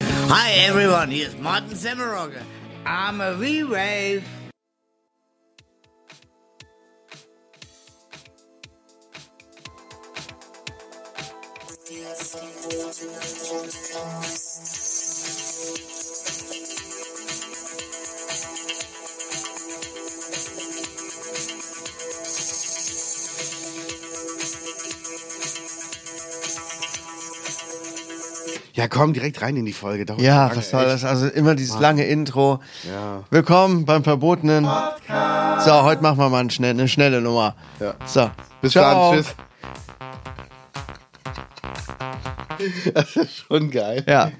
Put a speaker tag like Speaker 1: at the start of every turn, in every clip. Speaker 1: Hi everyone, hier ist Martin Semmerogge. I'm a V-Wave.
Speaker 2: Ja, komm direkt rein in die Folge. Dauert
Speaker 3: Ja,
Speaker 2: so lange,
Speaker 3: was soll
Speaker 2: echt.
Speaker 3: das? Also immer dieses lange Intro.
Speaker 2: Ja.
Speaker 3: Willkommen beim Verbotenen. So, heute machen wir mal einen schnell, eine schnelle Nummer.
Speaker 2: Ja.
Speaker 3: So.
Speaker 2: Bis
Speaker 3: Ciao.
Speaker 2: dann, tschüss. Das ist schon geil.
Speaker 3: Ja.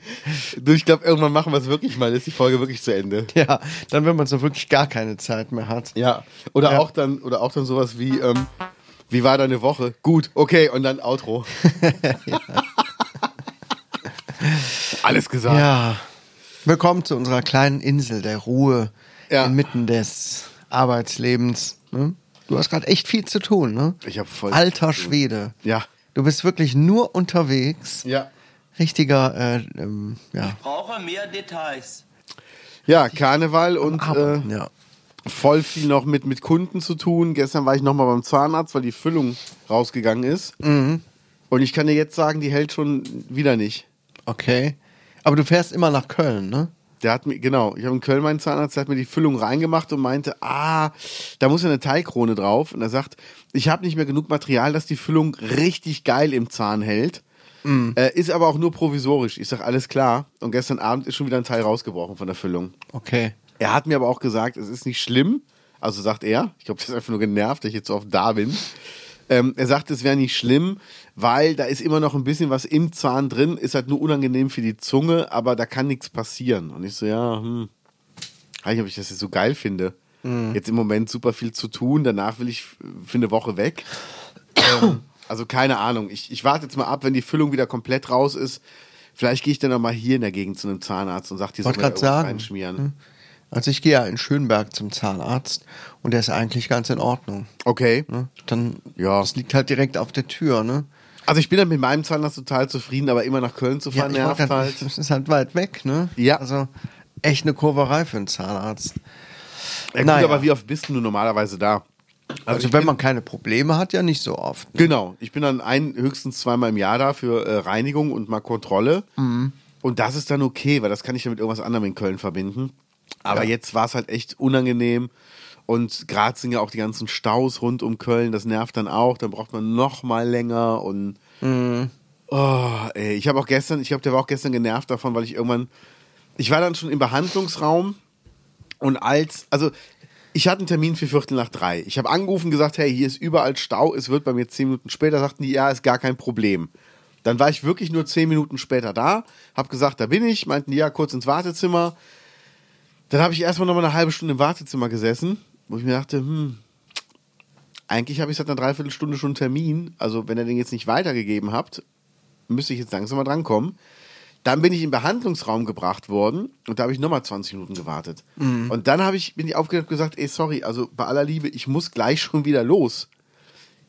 Speaker 2: Du, ich glaube, irgendwann machen wir es wirklich mal. Ist die Folge wirklich zu Ende?
Speaker 3: Ja, dann, wenn man so wirklich gar keine Zeit mehr hat.
Speaker 2: Ja. Oder
Speaker 3: Ja.
Speaker 2: auch dann, oder auch dann sowas wie, ähm, wie war deine Woche? Gut, okay, und dann Outro. Alles gesagt.
Speaker 3: Ja. Willkommen zu unserer kleinen Insel der Ruhe
Speaker 2: Ja.
Speaker 3: inmitten des Arbeitslebens. Ne? Du hast gerade echt viel zu tun, ne?
Speaker 2: Ich hab voll
Speaker 3: Alter
Speaker 2: zu tun.
Speaker 3: Schwede.
Speaker 2: Ja.
Speaker 3: Du bist wirklich nur unterwegs.
Speaker 2: Ja.
Speaker 3: Richtiger, äh, ähm, ja.
Speaker 4: brauche mehr Details.
Speaker 2: Ja, Karneval und äh,
Speaker 3: Arbeiten, ja.
Speaker 2: voll viel noch mit, mit Kunden zu tun. Gestern war ich nochmal beim Zahnarzt, weil die Füllung rausgegangen ist. Und ich kann dir jetzt sagen, die hält schon wieder nicht.
Speaker 3: Okay. Aber du fährst immer nach Köln, ne?
Speaker 2: Der hat mir, genau, ich habe in Köln meinen Zahnarzt, der hat mir die Füllung reingemacht und meinte, ah, da muss ja eine Teilkrone drauf. Und er sagt, ich habe nicht mehr genug Material, dass die Füllung richtig geil im Zahn hält. Äh, ist aber auch nur provisorisch. Ich sag, alles klar. Und gestern Abend ist schon wieder ein Teil rausgebrochen von der Füllung.
Speaker 3: Okay.
Speaker 2: Er hat mir aber auch gesagt, es ist nicht schlimm. Also sagt er, ich glaube, das ist einfach nur genervt, dass ich jetzt so oft da bin. Ähm, er sagt, es wäre nicht schlimm, weil da ist immer noch ein bisschen was im Zahn drin, ist halt nur unangenehm für die Zunge, aber da kann nichts passieren. Und ich so, ja, hm, weiß nicht, ob ich das jetzt so geil finde. Jetzt im Moment super viel zu tun, danach will ich f- für eine Woche weg. ähm, also keine Ahnung. Ich, ich warte jetzt mal ab, wenn die Füllung wieder komplett raus ist. Vielleicht gehe ich dann auch mal hier in der Gegend zu einem Zahnarzt und sag, die soll
Speaker 3: Wollte
Speaker 2: mir da
Speaker 3: gerade
Speaker 2: irgendwas
Speaker 3: sagen.
Speaker 2: reinschmieren.
Speaker 3: Also ich gehe ja in Schönberg zum Zahnarzt und der ist eigentlich ganz in Ordnung.
Speaker 2: Okay.
Speaker 3: Ne? Dann,
Speaker 2: Ja.
Speaker 3: das liegt halt direkt auf der Tür, ne?
Speaker 2: Also ich bin dann mit meinem Zahnarzt total zufrieden, aber immer nach Köln zu fahren
Speaker 3: ich wollt
Speaker 2: nervt
Speaker 3: grad-
Speaker 2: halt.
Speaker 3: Das ist halt weit weg, ne?
Speaker 2: Ja.
Speaker 3: Also echt eine Kurverei für einen Zahnarzt.
Speaker 2: Ja, gut,
Speaker 3: Naja.
Speaker 2: aber wie oft bist denn du normalerweise da?
Speaker 3: Also
Speaker 2: ich
Speaker 3: wenn
Speaker 2: bin-
Speaker 3: man keine Probleme hat, ja nicht so oft.
Speaker 2: Genau, ich bin dann ein, höchstens zweimal im Jahr da für äh, Reinigung und mal Kontrolle. Und das ist dann okay, weil das kann ich ja mit irgendwas anderem in Köln verbinden. Aber jetzt war es halt echt unangenehm. Und Graz sind ja auch die ganzen Staus rund um Köln, das nervt dann auch. Dann braucht man noch mal länger und Oh, ey, ich habe auch gestern, ich glaube, der war auch gestern genervt davon, weil ich irgendwann, ich war dann schon im Behandlungsraum und als, also ich hatte einen Termin für Viertel nach drei. Ich habe angerufen, gesagt, hey, hier ist überall Stau, es wird bei mir zehn Minuten später, sagten die, ja, ist gar kein Problem. Dann war ich wirklich nur zehn Minuten später da, habe gesagt, da bin ich, meinten die, ja, kurz ins Wartezimmer. Dann habe ich erstmal nochmal eine halbe Stunde im Wartezimmer gesessen, wo ich mir dachte, hm, eigentlich habe ich seit einer Dreiviertelstunde schon einen Termin, also wenn ihr den jetzt nicht weitergegeben habt, müsste ich jetzt langsam mal drankommen. Dann bin ich im Behandlungsraum gebracht worden und da habe ich nochmal 20 Minuten gewartet. Und dann habe ich, bin ich aufgedacht und gesagt, ey, sorry, also bei aller Liebe, ich muss gleich schon wieder los.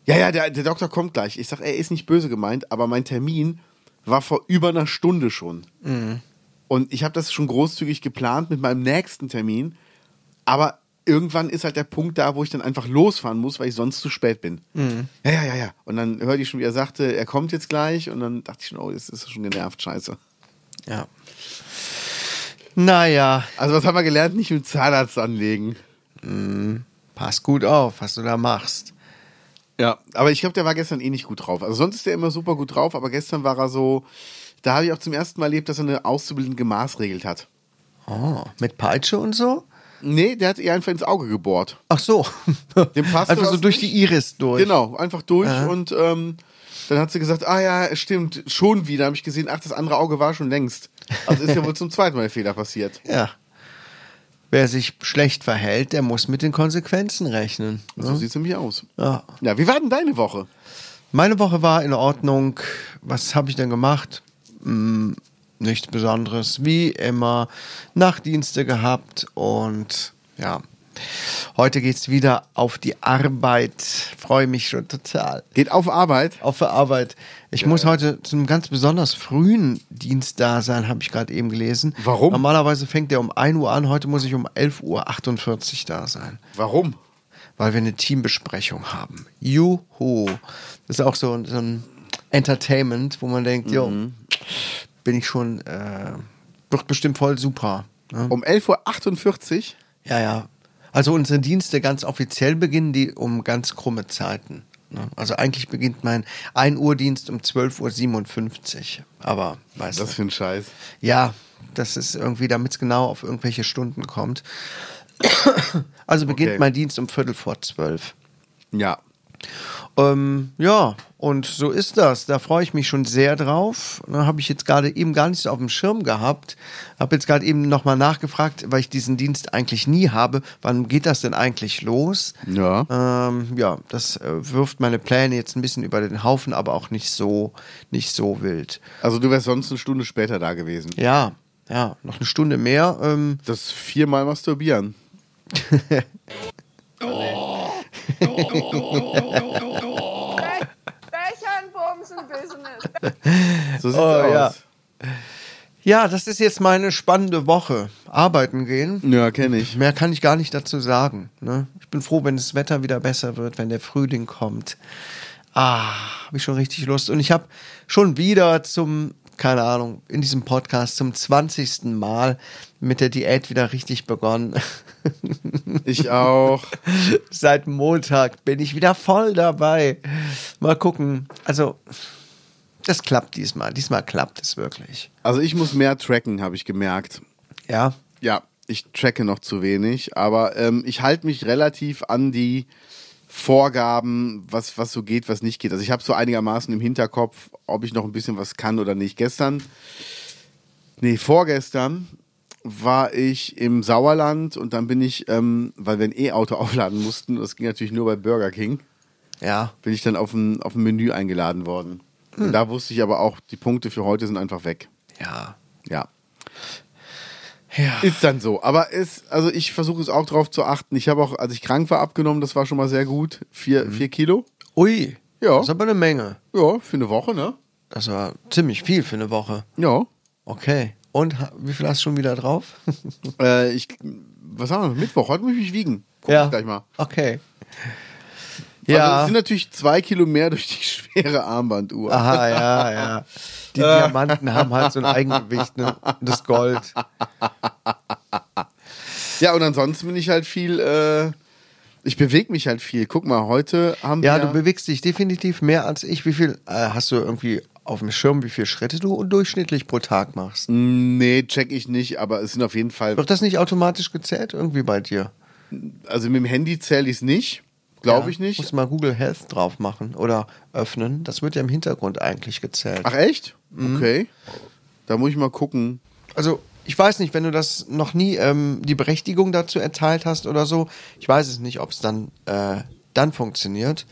Speaker 2: Ja, ja, der, der Doktor kommt gleich. Ich sage, er ist nicht böse gemeint, aber mein Termin war vor über einer Stunde schon. Und ich habe das schon großzügig geplant mit meinem nächsten Termin. Aber irgendwann ist halt der Punkt da, wo ich dann einfach losfahren muss, weil ich sonst zu spät bin. Ja, ja, ja, ja. Und dann hörte ich schon, wie er sagte, er kommt jetzt gleich. Und dann dachte ich schon, oh, jetzt ist er schon genervt, scheiße.
Speaker 3: Ja. Naja,
Speaker 2: Also was haben wir gelernt? Nicht mit Zahnarzt anlegen.
Speaker 3: pass gut auf, was du da machst.
Speaker 2: Ja, aber ich glaube, der war gestern eh nicht gut drauf. Also sonst ist er immer super gut drauf, aber gestern war er so, da habe ich auch zum ersten Mal erlebt, dass er eine Auszubildende gemaßregelt hat.
Speaker 3: Oh, mit Peitsche und so?
Speaker 2: Nee, der hat ihr einfach ins Auge gebohrt.
Speaker 3: Ach so.
Speaker 2: Dem passt
Speaker 3: Einfach so
Speaker 2: das
Speaker 3: durch die Iris durch.
Speaker 2: Genau, einfach durch und ähm, dann hat sie gesagt, ah ja, stimmt, schon wieder. Habe ich gesehen, ach, das andere Auge war schon längst. Also ist ja wohl zum zweiten Mal der Fehler passiert.
Speaker 3: Ja. Wer sich schlecht verhält, der muss mit den Konsequenzen rechnen.
Speaker 2: So sieht's nämlich aus.
Speaker 3: Ja.
Speaker 2: Ja, wie war denn deine Woche?
Speaker 3: Meine Woche war in Ordnung. Was habe ich denn gemacht? Hm, nichts Besonderes. Wie immer Nachtdienste gehabt und ja, Heute geht's wieder auf die Arbeit. Freue mich schon total.
Speaker 2: Geht auf Arbeit.
Speaker 3: Auf der Arbeit. Ich muss heute zu einem ganz besonders frühen Dienst da sein, habe ich gerade eben gelesen.
Speaker 2: Warum?
Speaker 3: Normalerweise fängt der um 1 Uhr an, heute muss ich um 11.48 Uhr da sein.
Speaker 2: Warum?
Speaker 3: weil wir eine Teambesprechung haben. Juhu. Das ist auch so, ein- so ein Entertainment, wo man denkt, jo, bin ich schon, äh, wird bestimmt voll super. Ne?
Speaker 2: Um 11.48 Uhr?
Speaker 3: Ja, ja. Also unsere Dienste ganz offiziell beginnen die um ganz krumme Zeiten. Ne? Also eigentlich beginnt mein 1 Uhr Dienst um 12.57 Uhr. Aber weißt
Speaker 2: Das
Speaker 3: du.
Speaker 2: für ein Scheiß.
Speaker 3: Ja, das ist irgendwie, damit es genau auf irgendwelche Stunden kommt. Also beginnt
Speaker 2: Okay.
Speaker 3: mein Dienst um Viertel vor zwölf.
Speaker 2: Ja.
Speaker 3: Ähm, ja, und so ist das. Da freue ich mich schon sehr drauf. Da habe ich jetzt gerade eben gar nicht so auf dem Schirm gehabt. Habe jetzt gerade eben nochmal nachgefragt, weil ich diesen Dienst eigentlich nie habe. Wann geht das denn eigentlich los?
Speaker 2: Ja.
Speaker 3: Ähm, ja, das äh, wirft meine Pläne jetzt ein bisschen über den Haufen, aber auch nicht so, nicht so wild.
Speaker 2: Also du wärst sonst eine Stunde später da gewesen.
Speaker 3: Ja, ja, noch eine Stunde mehr. Ähm,
Speaker 2: Das viermal masturbieren.
Speaker 5: Bechern, Bumsen, Business.
Speaker 2: So sieht's
Speaker 3: Oh, ja.
Speaker 2: aus.
Speaker 3: ja, das ist jetzt meine spannende Woche. Arbeiten gehen.
Speaker 2: Ja, ja kenne ich.
Speaker 3: Mehr kann ich gar nicht dazu sagen. Ne? Ich bin froh, wenn das Wetter wieder besser wird, wenn der Frühling kommt. Ah, habe ich schon richtig Lust. Und ich habe schon wieder zum, keine Ahnung, in diesem Podcast zum 20. Mal mit der Diät wieder richtig begonnen.
Speaker 2: Ich auch.
Speaker 3: Seit Montag bin ich wieder voll dabei. Mal gucken. Also, das klappt diesmal. Diesmal klappt es wirklich.
Speaker 2: Also ich muss mehr tracken, habe ich gemerkt.
Speaker 3: Ja.
Speaker 2: Ja, ich tracke noch zu wenig, aber ähm, ich halte mich relativ an die Vorgaben, was, was so geht, was nicht geht. Also ich habe so einigermaßen im Hinterkopf, ob ich noch ein bisschen was kann oder nicht. Gestern, nee, vorgestern war ich im Sauerland und dann bin ich, ähm, weil wir ein E-Auto aufladen mussten, das ging natürlich nur bei Burger King,
Speaker 3: Ja.
Speaker 2: bin ich dann auf ein, auf ein Menü eingeladen worden. Und da wusste ich aber auch, die Punkte für heute sind einfach weg.
Speaker 3: Ja.
Speaker 2: Ja.
Speaker 3: Ja.
Speaker 2: Ist dann so. Aber es, also ich versuche es auch drauf zu achten. Ich habe auch, als ich krank war, abgenommen, das war schon mal sehr gut. Vier, vier Kilo.
Speaker 3: Ui.
Speaker 2: Ja.
Speaker 3: Das ist aber eine Menge.
Speaker 2: Mhm. Ja, für eine Woche, ne?
Speaker 3: Das war ziemlich viel für eine Woche.
Speaker 2: Ja.
Speaker 3: Okay. Und ha- wie viel hast du schon wieder drauf?
Speaker 2: Äh, ich, was haben wir? Mittwoch, heute muss ich mich wiegen. Guck ich gleich mal.
Speaker 3: Okay.
Speaker 2: Also es
Speaker 3: Ja.
Speaker 2: sind natürlich zwei Kilo mehr durch die schwere Armbanduhr.
Speaker 3: Aha, ja, ja.
Speaker 2: Äh.
Speaker 3: Die Diamanten haben halt so ein Eigengewicht, ne? Und Das Gold.
Speaker 2: Ja, und ansonsten bin ich halt viel, äh, ich bewege mich halt viel. Guck mal, heute haben
Speaker 3: Ja,
Speaker 2: wir.
Speaker 3: du bewegst dich definitiv mehr als ich. Wie viel äh, hast du irgendwie auf dem Schirm, wie viele Schritte du durchschnittlich pro Tag machst?
Speaker 2: Mhm. nee, check ich nicht, aber es sind auf jeden Fall.
Speaker 3: Wird das nicht automatisch gezählt irgendwie bei dir?
Speaker 2: Also mit dem Handy zähle ich es nicht. Glaube
Speaker 3: Ja,
Speaker 2: ich nicht.
Speaker 3: Musst mal Google Health drauf machen oder öffnen. Das wird ja im Hintergrund eigentlich gezählt.
Speaker 2: Ach echt? Okay. Da muss ich mal gucken.
Speaker 3: also ich weiß nicht, wenn du das noch nie ähm, die Berechtigung dazu erteilt hast oder so, ich weiß es nicht, ob es dann, äh, dann funktioniert.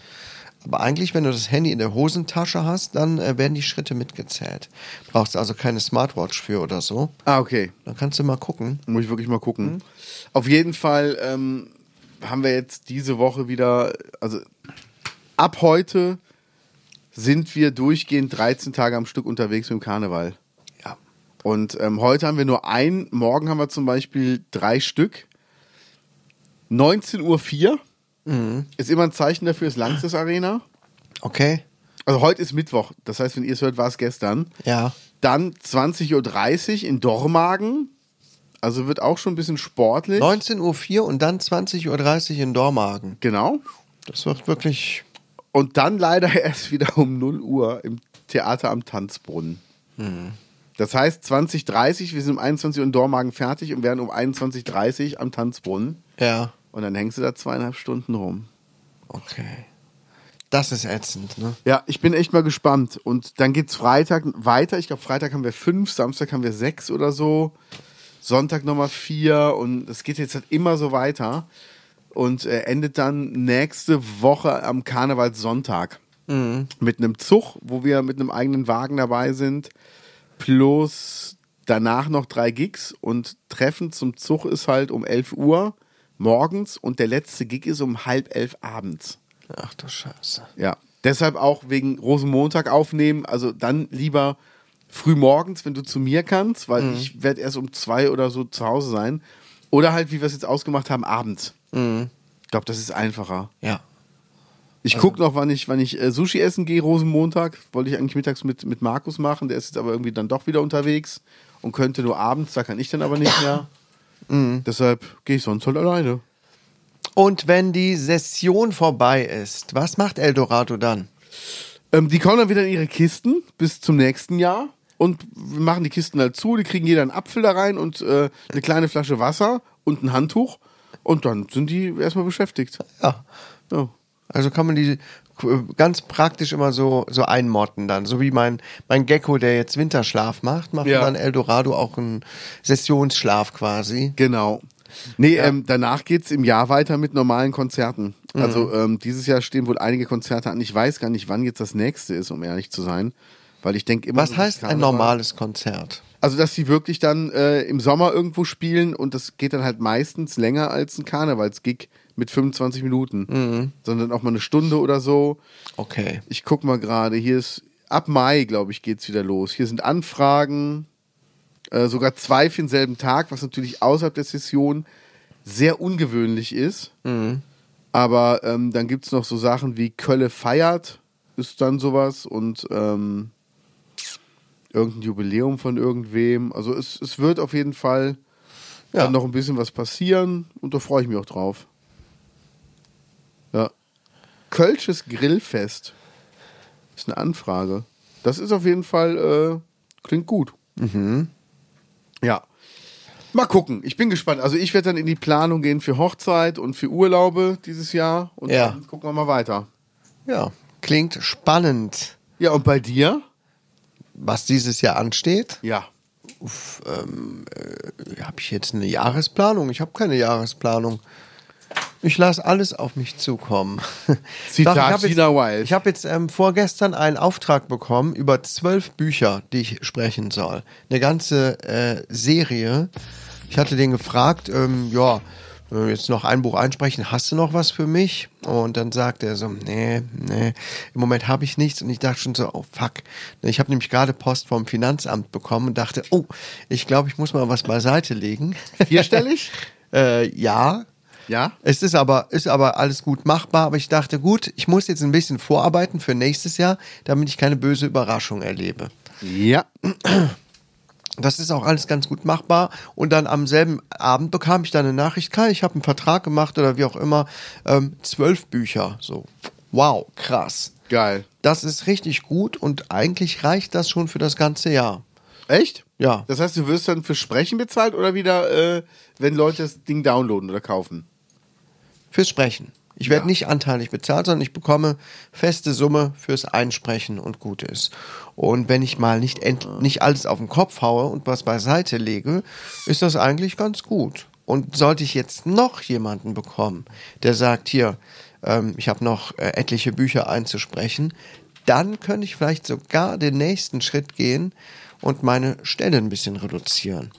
Speaker 3: Aber eigentlich, wenn du das Handy in der Hosentasche hast, dann äh, werden die Schritte mitgezählt. Brauchst also keine Smartwatch für oder so.
Speaker 2: Ah, okay.
Speaker 3: Dann kannst du mal gucken.
Speaker 2: Muss ich wirklich mal gucken. Auf jeden Fall ähm, haben wir jetzt diese Woche wieder, also ab heute sind wir durchgehend 13 Tage am Stück unterwegs mit dem Karneval.
Speaker 3: Ja.
Speaker 2: Und ähm, heute haben wir nur ein, morgen haben wir zum Beispiel drei Stück. 19.04 Uhr ist immer ein Zeichen dafür, ist Langsys Arena.
Speaker 3: Okay?
Speaker 2: Also heute ist Mittwoch, das heißt, wenn ihr es hört, war es gestern.
Speaker 3: Ja.
Speaker 2: Dann 20.30 Uhr in Dormagen. Also wird auch schon ein bisschen sportlich.
Speaker 3: 19.04 Uhr und dann 20.30 Uhr in Dormagen.
Speaker 2: Genau.
Speaker 3: Das wird wirklich.
Speaker 2: Und dann leider erst wieder um 0 Uhr im Theater am Tanzbrunnen. Das heißt 20.30 wir sind um 21 Uhr in Dormagen fertig und werden um 21.30 am Tanzbrunnen.
Speaker 3: Ja.
Speaker 2: Und dann hängst du da zweieinhalb Stunden rum.
Speaker 3: Okay. Das ist ätzend, ne?
Speaker 2: Ja, ich bin echt mal gespannt. Und dann geht's Freitag weiter. Ich glaube, Freitag haben wir fünf, Samstag haben wir sechs oder so. Sonntag nochmal vier. Und es geht jetzt halt immer so weiter. Und äh, endet dann nächste Woche am Karnevalssonntag. Mit einem Zug, wo wir mit einem eigenen Wagen dabei sind. Plus danach noch drei Gigs. Und Treffen zum Zug ist halt um 11 Uhr. morgens und der letzte Gig ist um halb elf abends.
Speaker 3: Ach du Scheiße.
Speaker 2: Ja. Deshalb auch wegen Rosenmontag aufnehmen. Also dann lieber früh morgens, wenn du zu mir kannst, weil ich werde erst um zwei oder so zu Hause sein. Oder halt, wie wir es jetzt ausgemacht haben, abends. Ich glaube, das ist einfacher.
Speaker 3: Ja.
Speaker 2: Ich gucke noch, wann ich, wann ich äh, Sushi essen gehe, Rosenmontag. Wollte ich eigentlich mittags mit, mit Markus machen. Der ist jetzt aber irgendwie dann doch wieder unterwegs und könnte nur abends. Da kann ich dann aber nicht mehr. Deshalb gehe ich sonst halt alleine.
Speaker 3: Und wenn die Session vorbei ist, was macht Eldorado dann?
Speaker 2: Ähm, die kommen dann wieder in ihre Kisten bis zum nächsten Jahr und wir machen die Kisten halt zu. Die kriegen jeder einen Apfel da rein und äh, eine kleine Flasche Wasser und ein Handtuch. Und dann sind die erstmal beschäftigt.
Speaker 3: Ja.
Speaker 2: Ja.
Speaker 3: Also kann man die äh, ganz praktisch immer so, so einmotten dann. So wie mein, mein Gecko, der jetzt Winterschlaf macht, macht
Speaker 2: Ja.
Speaker 3: dann Eldorado auch einen Sessionsschlaf quasi.
Speaker 2: Genau. Nee, ähm, danach geht's im Jahr weiter mit normalen Konzerten.
Speaker 3: Mhm.
Speaker 2: Also ähm, dieses Jahr stehen wohl einige Konzerte an. Ich weiß gar nicht, wann jetzt das nächste ist, um ehrlich zu sein. Weil ich denke immer.
Speaker 3: Was
Speaker 2: so
Speaker 3: heißt
Speaker 2: dieses
Speaker 3: ein
Speaker 2: Karneval-
Speaker 3: normales Konzert?
Speaker 2: Also, dass sie wirklich dann äh, im Sommer irgendwo spielen und das geht dann halt meistens länger als ein Karnevalsgig mit 25 Minuten, sondern auch mal eine Stunde oder so.
Speaker 3: Okay.
Speaker 2: Ich guck mal gerade, hier ist ab Mai, glaube ich, geht's wieder los. Hier sind Anfragen, äh, sogar zwei für denselben Tag, was natürlich außerhalb der Session sehr ungewöhnlich ist. Aber ähm, dann gibt's noch so Sachen wie Kölle feiert, ist dann sowas und ähm, irgendein Jubiläum von irgendwem. Also es, es wird auf jeden Fall
Speaker 3: Ja.
Speaker 2: dann noch ein bisschen was passieren und da freue ich mich auch drauf. Ja. Kölsches Grillfest. Ist eine Anfrage. Das ist auf jeden Fall, äh, klingt gut.
Speaker 3: Mhm.
Speaker 2: Ja. Mal gucken, ich bin gespannt. Also ich werde dann in die Planung gehen für Hochzeit und für Urlaube dieses Jahr und
Speaker 3: Ja.
Speaker 2: dann gucken wir mal weiter.
Speaker 3: Ja. Klingt spannend.
Speaker 2: Ja, und bei dir?
Speaker 3: Was dieses Jahr ansteht,
Speaker 2: Ja.
Speaker 3: habe ich jetzt eine Jahresplanung? Ich habe keine Jahresplanung. Ich lasse alles auf mich zukommen.
Speaker 2: Zitat
Speaker 3: Doch, ich hab jetzt-
Speaker 2: Gina Wild.
Speaker 3: Ich habe jetzt ähm, vorgestern einen Auftrag bekommen über zwölf Bücher, die ich sprechen soll. Eine ganze äh, Serie. Ich hatte den gefragt, ähm, ja, äh, jetzt noch ein Buch einsprechen, hast du noch was für mich? Und dann sagt er so, nee, nee, im Moment habe ich nichts. Und ich dachte schon so, oh fuck. Ich habe nämlich gerade Post vom Finanzamt bekommen und dachte, oh, ich glaube, ich muss mal was beiseite legen.
Speaker 2: Vierstellig?
Speaker 3: äh, ja,
Speaker 2: Ja.
Speaker 3: es ist aber, ist aber alles gut machbar, aber ich dachte, gut, ich muss jetzt ein bisschen vorarbeiten für nächstes Jahr, damit ich keine böse Überraschung erlebe.
Speaker 2: Ja.
Speaker 3: Das ist auch alles ganz gut machbar. Und dann am selben Abend bekam ich dann eine Nachricht, Kai, ich habe einen Vertrag gemacht oder wie auch immer, ähm, zwölf Bücher. So, wow, krass.
Speaker 2: Geil.
Speaker 3: Das ist richtig gut und eigentlich reicht das schon für das ganze Jahr.
Speaker 2: Echt?
Speaker 3: Ja.
Speaker 2: Das heißt, du wirst dann für Sprechen bezahlt oder wieder, äh, wenn Leute das Ding downloaden oder kaufen?
Speaker 3: Fürs Sprechen. Ich werde
Speaker 2: Ja.
Speaker 3: nicht anteilig bezahlt, sondern ich bekomme feste Summe fürs Einsprechen und gut ist. Und wenn ich mal nicht, end,
Speaker 2: Ah.
Speaker 3: nicht alles auf den Kopf haue und was beiseite lege, ist das eigentlich ganz gut. Und sollte ich jetzt noch jemanden bekommen, der sagt, hier, ähm, ich habe noch äh, etliche Bücher einzusprechen, dann könnte ich vielleicht sogar den nächsten Schritt gehen und meine Stelle ein bisschen reduzieren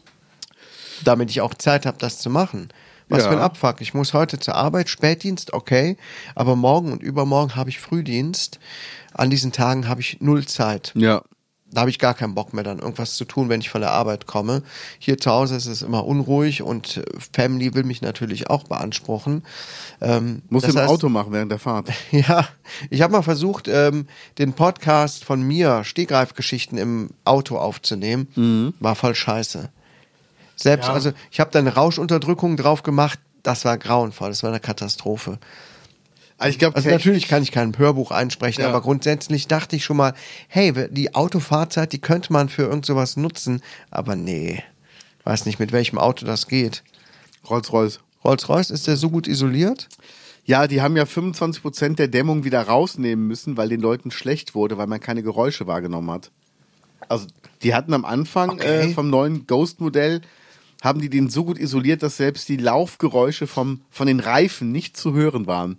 Speaker 3: damit ich auch Zeit habe, das zu machen. Was
Speaker 2: Ja.
Speaker 3: für ein Abfuck. Ich muss heute zur Arbeit, Spätdienst, okay, aber morgen und übermorgen habe ich Frühdienst. An diesen Tagen habe ich null Zeit.
Speaker 2: Ja.
Speaker 3: Da habe ich gar keinen Bock mehr, dann irgendwas zu tun, wenn ich von der Arbeit komme. Hier zu Hause ist es immer unruhig und äh, Family will mich natürlich auch beanspruchen. Ähm,
Speaker 2: Musst du
Speaker 3: das
Speaker 2: im
Speaker 3: heißt-
Speaker 2: Auto machen während der Fahrt.
Speaker 3: ja, ich habe mal versucht, ähm, den Podcast von mir, Stegreifgeschichten im Auto aufzunehmen. War voll scheiße. Selbst, also ich habe da eine Rauschunterdrückung drauf gemacht. Das war grauenvoll, das war eine Katastrophe.
Speaker 2: Also ich glaube,
Speaker 3: Also natürlich kann ich kein Hörbuch einsprechen,
Speaker 2: Ja.
Speaker 3: aber grundsätzlich dachte ich schon mal, hey, die Autofahrzeit, die könnte man für irgend sowas nutzen. Aber nee, weiß nicht, mit welchem Auto das geht.
Speaker 2: Rolls-Royce.
Speaker 3: Rolls-Royce, ist der so gut isoliert?
Speaker 2: Ja, die haben ja 25% der Dämmung wieder rausnehmen müssen, weil den Leuten schlecht wurde, weil man keine Geräusche wahrgenommen hat. Also die hatten am Anfang
Speaker 3: Okay.
Speaker 2: äh, vom neuen Ghost-Modell, haben die den so gut isoliert, dass selbst die Laufgeräusche vom, von den Reifen nicht zu hören waren.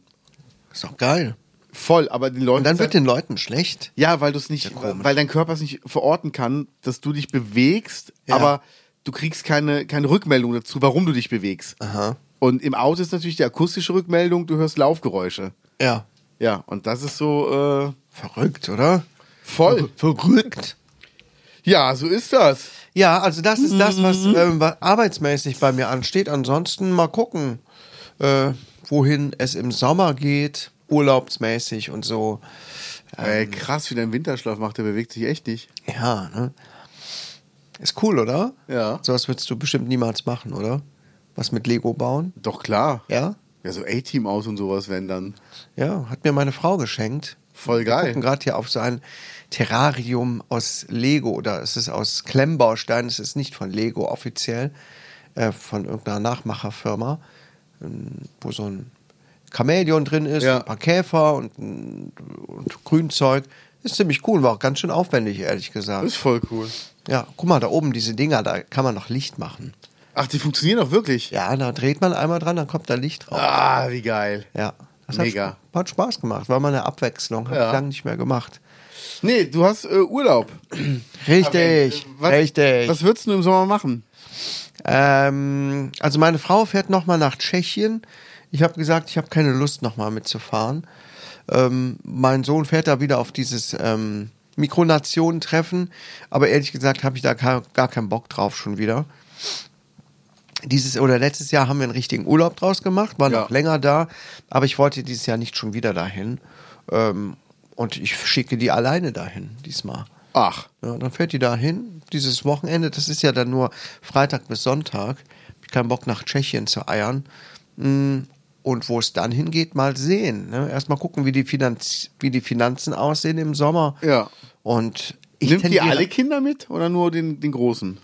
Speaker 3: Ist doch geil.
Speaker 2: Voll, aber den Leuten...
Speaker 3: Und dann wird den Leuten schlecht.
Speaker 2: Ja, weil du es nicht, weil dein Körper es nicht verorten kann, dass du dich bewegst, aber du kriegst keine, keine Rückmeldung dazu, warum du dich bewegst. Und im Auto ist natürlich die akustische Rückmeldung, du hörst Laufgeräusche.
Speaker 3: Ja.
Speaker 2: Ja, und das ist so äh,
Speaker 3: Verrückt, oder?
Speaker 2: voll.
Speaker 3: Verrückt.
Speaker 2: Ja, so ist das.
Speaker 3: Ja, also das ist das, was, ähm, was arbeitsmäßig bei mir ansteht. Ansonsten mal gucken, äh, wohin es im Sommer geht, urlaubsmäßig und so.
Speaker 2: Ey, krass, wie der im Winterschlaf macht, der bewegt sich echt nicht.
Speaker 3: Ja, ne? Ist cool, oder?
Speaker 2: Ja.
Speaker 3: Sowas würdest du bestimmt niemals machen, oder? Was mit Lego bauen?
Speaker 2: Doch klar.
Speaker 3: Ja?
Speaker 2: Ja, so A-Team aus und sowas, wenn dann.
Speaker 3: Ja, hat mir meine Frau geschenkt.
Speaker 2: Voll
Speaker 3: Wir gucken
Speaker 2: geil.
Speaker 3: gerade hier auf so ein Terrarium aus Lego oder es ist aus Klemmbausteinen, es ist nicht von Lego offiziell, äh, von irgendeiner Nachmacherfirma, ähm, wo so ein Chamäleon drin ist,
Speaker 2: Ja.
Speaker 3: ein paar Käfer und, ein- und Grünzeug. Ist ziemlich cool, war auch ganz schön aufwendig, ehrlich gesagt.
Speaker 2: Ist voll cool.
Speaker 3: Ja, guck mal, da oben diese Dinger, da kann man noch Licht machen.
Speaker 2: Ach, die funktionieren auch wirklich.
Speaker 3: Ja, da dreht man einmal dran, dann kommt da Licht drauf.
Speaker 2: Ah, wie geil.
Speaker 3: Ja, das
Speaker 2: Mega.
Speaker 3: Hat, Sp- hat Spaß gemacht, war mal eine Abwechslung, habe
Speaker 2: Ja.
Speaker 3: ich lange nicht mehr gemacht.
Speaker 2: Nee, du hast äh, Urlaub.
Speaker 3: Richtig,
Speaker 2: äh, Was,
Speaker 3: richtig.
Speaker 2: Was würdest du im Sommer machen?
Speaker 3: Ähm, also meine Frau fährt nochmal nach Tschechien. Ich habe gesagt, ich habe keine Lust nochmal mitzufahren. Ähm, mein Sohn fährt da wieder auf dieses ähm, Mikronationen-Treffen. Aber ehrlich gesagt habe ich da gar, gar keinen Bock drauf schon wieder. Dieses oder letztes Jahr haben wir einen richtigen Urlaub draus gemacht, waren
Speaker 2: Ja.
Speaker 3: auch länger da, aber ich wollte dieses Jahr nicht schon wieder dahin. Ähm, und ich schicke die alleine dahin diesmal.
Speaker 2: Ach,
Speaker 3: Ja, dann fährt die da hin, dieses Wochenende, das ist ja dann nur Freitag bis Sonntag. Hab Ich keinen Bock nach Tschechien zu eiern. Mm, Und wo es dann hingeht, mal sehen. Ne? Erstmal gucken, wie die, Finanz wie die Finanzen aussehen im Sommer.
Speaker 2: Ja.
Speaker 3: Und ich
Speaker 2: nimmt ihr
Speaker 3: tendiere-
Speaker 2: alle Kinder mit oder nur den, den Großen?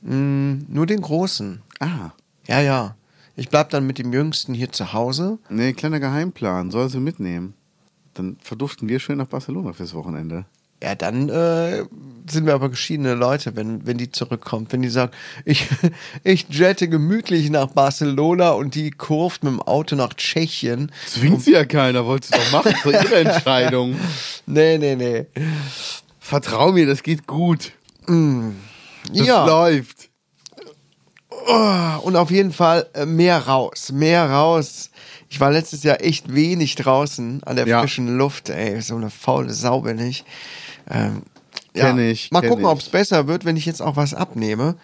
Speaker 3: Nur den Großen.
Speaker 2: Ah,
Speaker 3: Ja, ja. Ich bleib dann mit dem Jüngsten hier zu Hause.
Speaker 2: ne, kleiner Geheimplan, soll sie mitnehmen. Dann verduften wir schön nach Barcelona fürs Wochenende.
Speaker 3: Ja, dann äh, sind wir aber geschiedene Leute, wenn, wenn die zurückkommt. Wenn die sagt, ich, ich jette gemütlich nach Barcelona und die kurvt mit dem Auto nach Tschechien.
Speaker 2: Zwingt sie ja keiner, wollte sie doch machen, so ihre Entscheidung.
Speaker 3: Nee, nee, nee.
Speaker 2: Vertrau mir, das geht gut. Das
Speaker 3: ja,
Speaker 2: läuft.
Speaker 3: Ah, und auf jeden Fall äh, mehr raus, mehr raus. Ich war letztes Jahr echt wenig draußen an der
Speaker 2: Ja.
Speaker 3: frischen Luft, ey. So eine faule Sau bin ich. Ähm, ja.
Speaker 2: Kenn ich,
Speaker 3: Mal
Speaker 2: kenn
Speaker 3: gucken,
Speaker 2: ich.
Speaker 3: ob es besser wird, wenn ich jetzt auch was abnehme.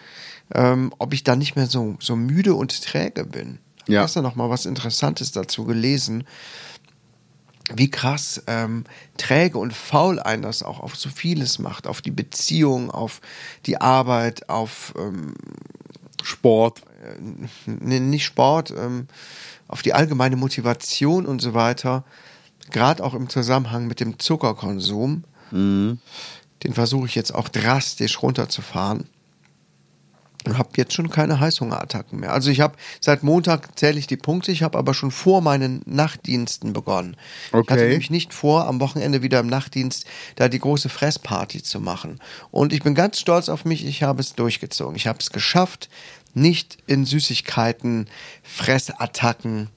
Speaker 3: Ähm, ob ich dann nicht mehr so, so müde und träge bin. Hab
Speaker 2: Ja.
Speaker 3: Gestern noch mal was Interessantes dazu gelesen. wie krass ähm, träge und faul ein das auch auf so vieles macht, auf die Beziehung, auf die Arbeit, auf ähm,
Speaker 2: Sport.
Speaker 3: nee, nicht Sport, ähm, auf die allgemeine Motivation und so weiter. Gerade auch im Zusammenhang mit dem Zuckerkonsum. Den versuche ich jetzt auch drastisch runterzufahren. Und habe jetzt schon keine Heißhungerattacken mehr. Also ich habe seit Montag zähle ich die Punkte, ich habe aber schon vor meinen Nachtdiensten begonnen. Ich hatte
Speaker 2: Okay.
Speaker 3: nämlich nicht vor, am Wochenende wieder im Nachtdienst da die große Fressparty zu machen. Und ich bin ganz stolz auf mich, ich habe es durchgezogen. Ich habe es geschafft, nicht in Süßigkeiten, Fressattacken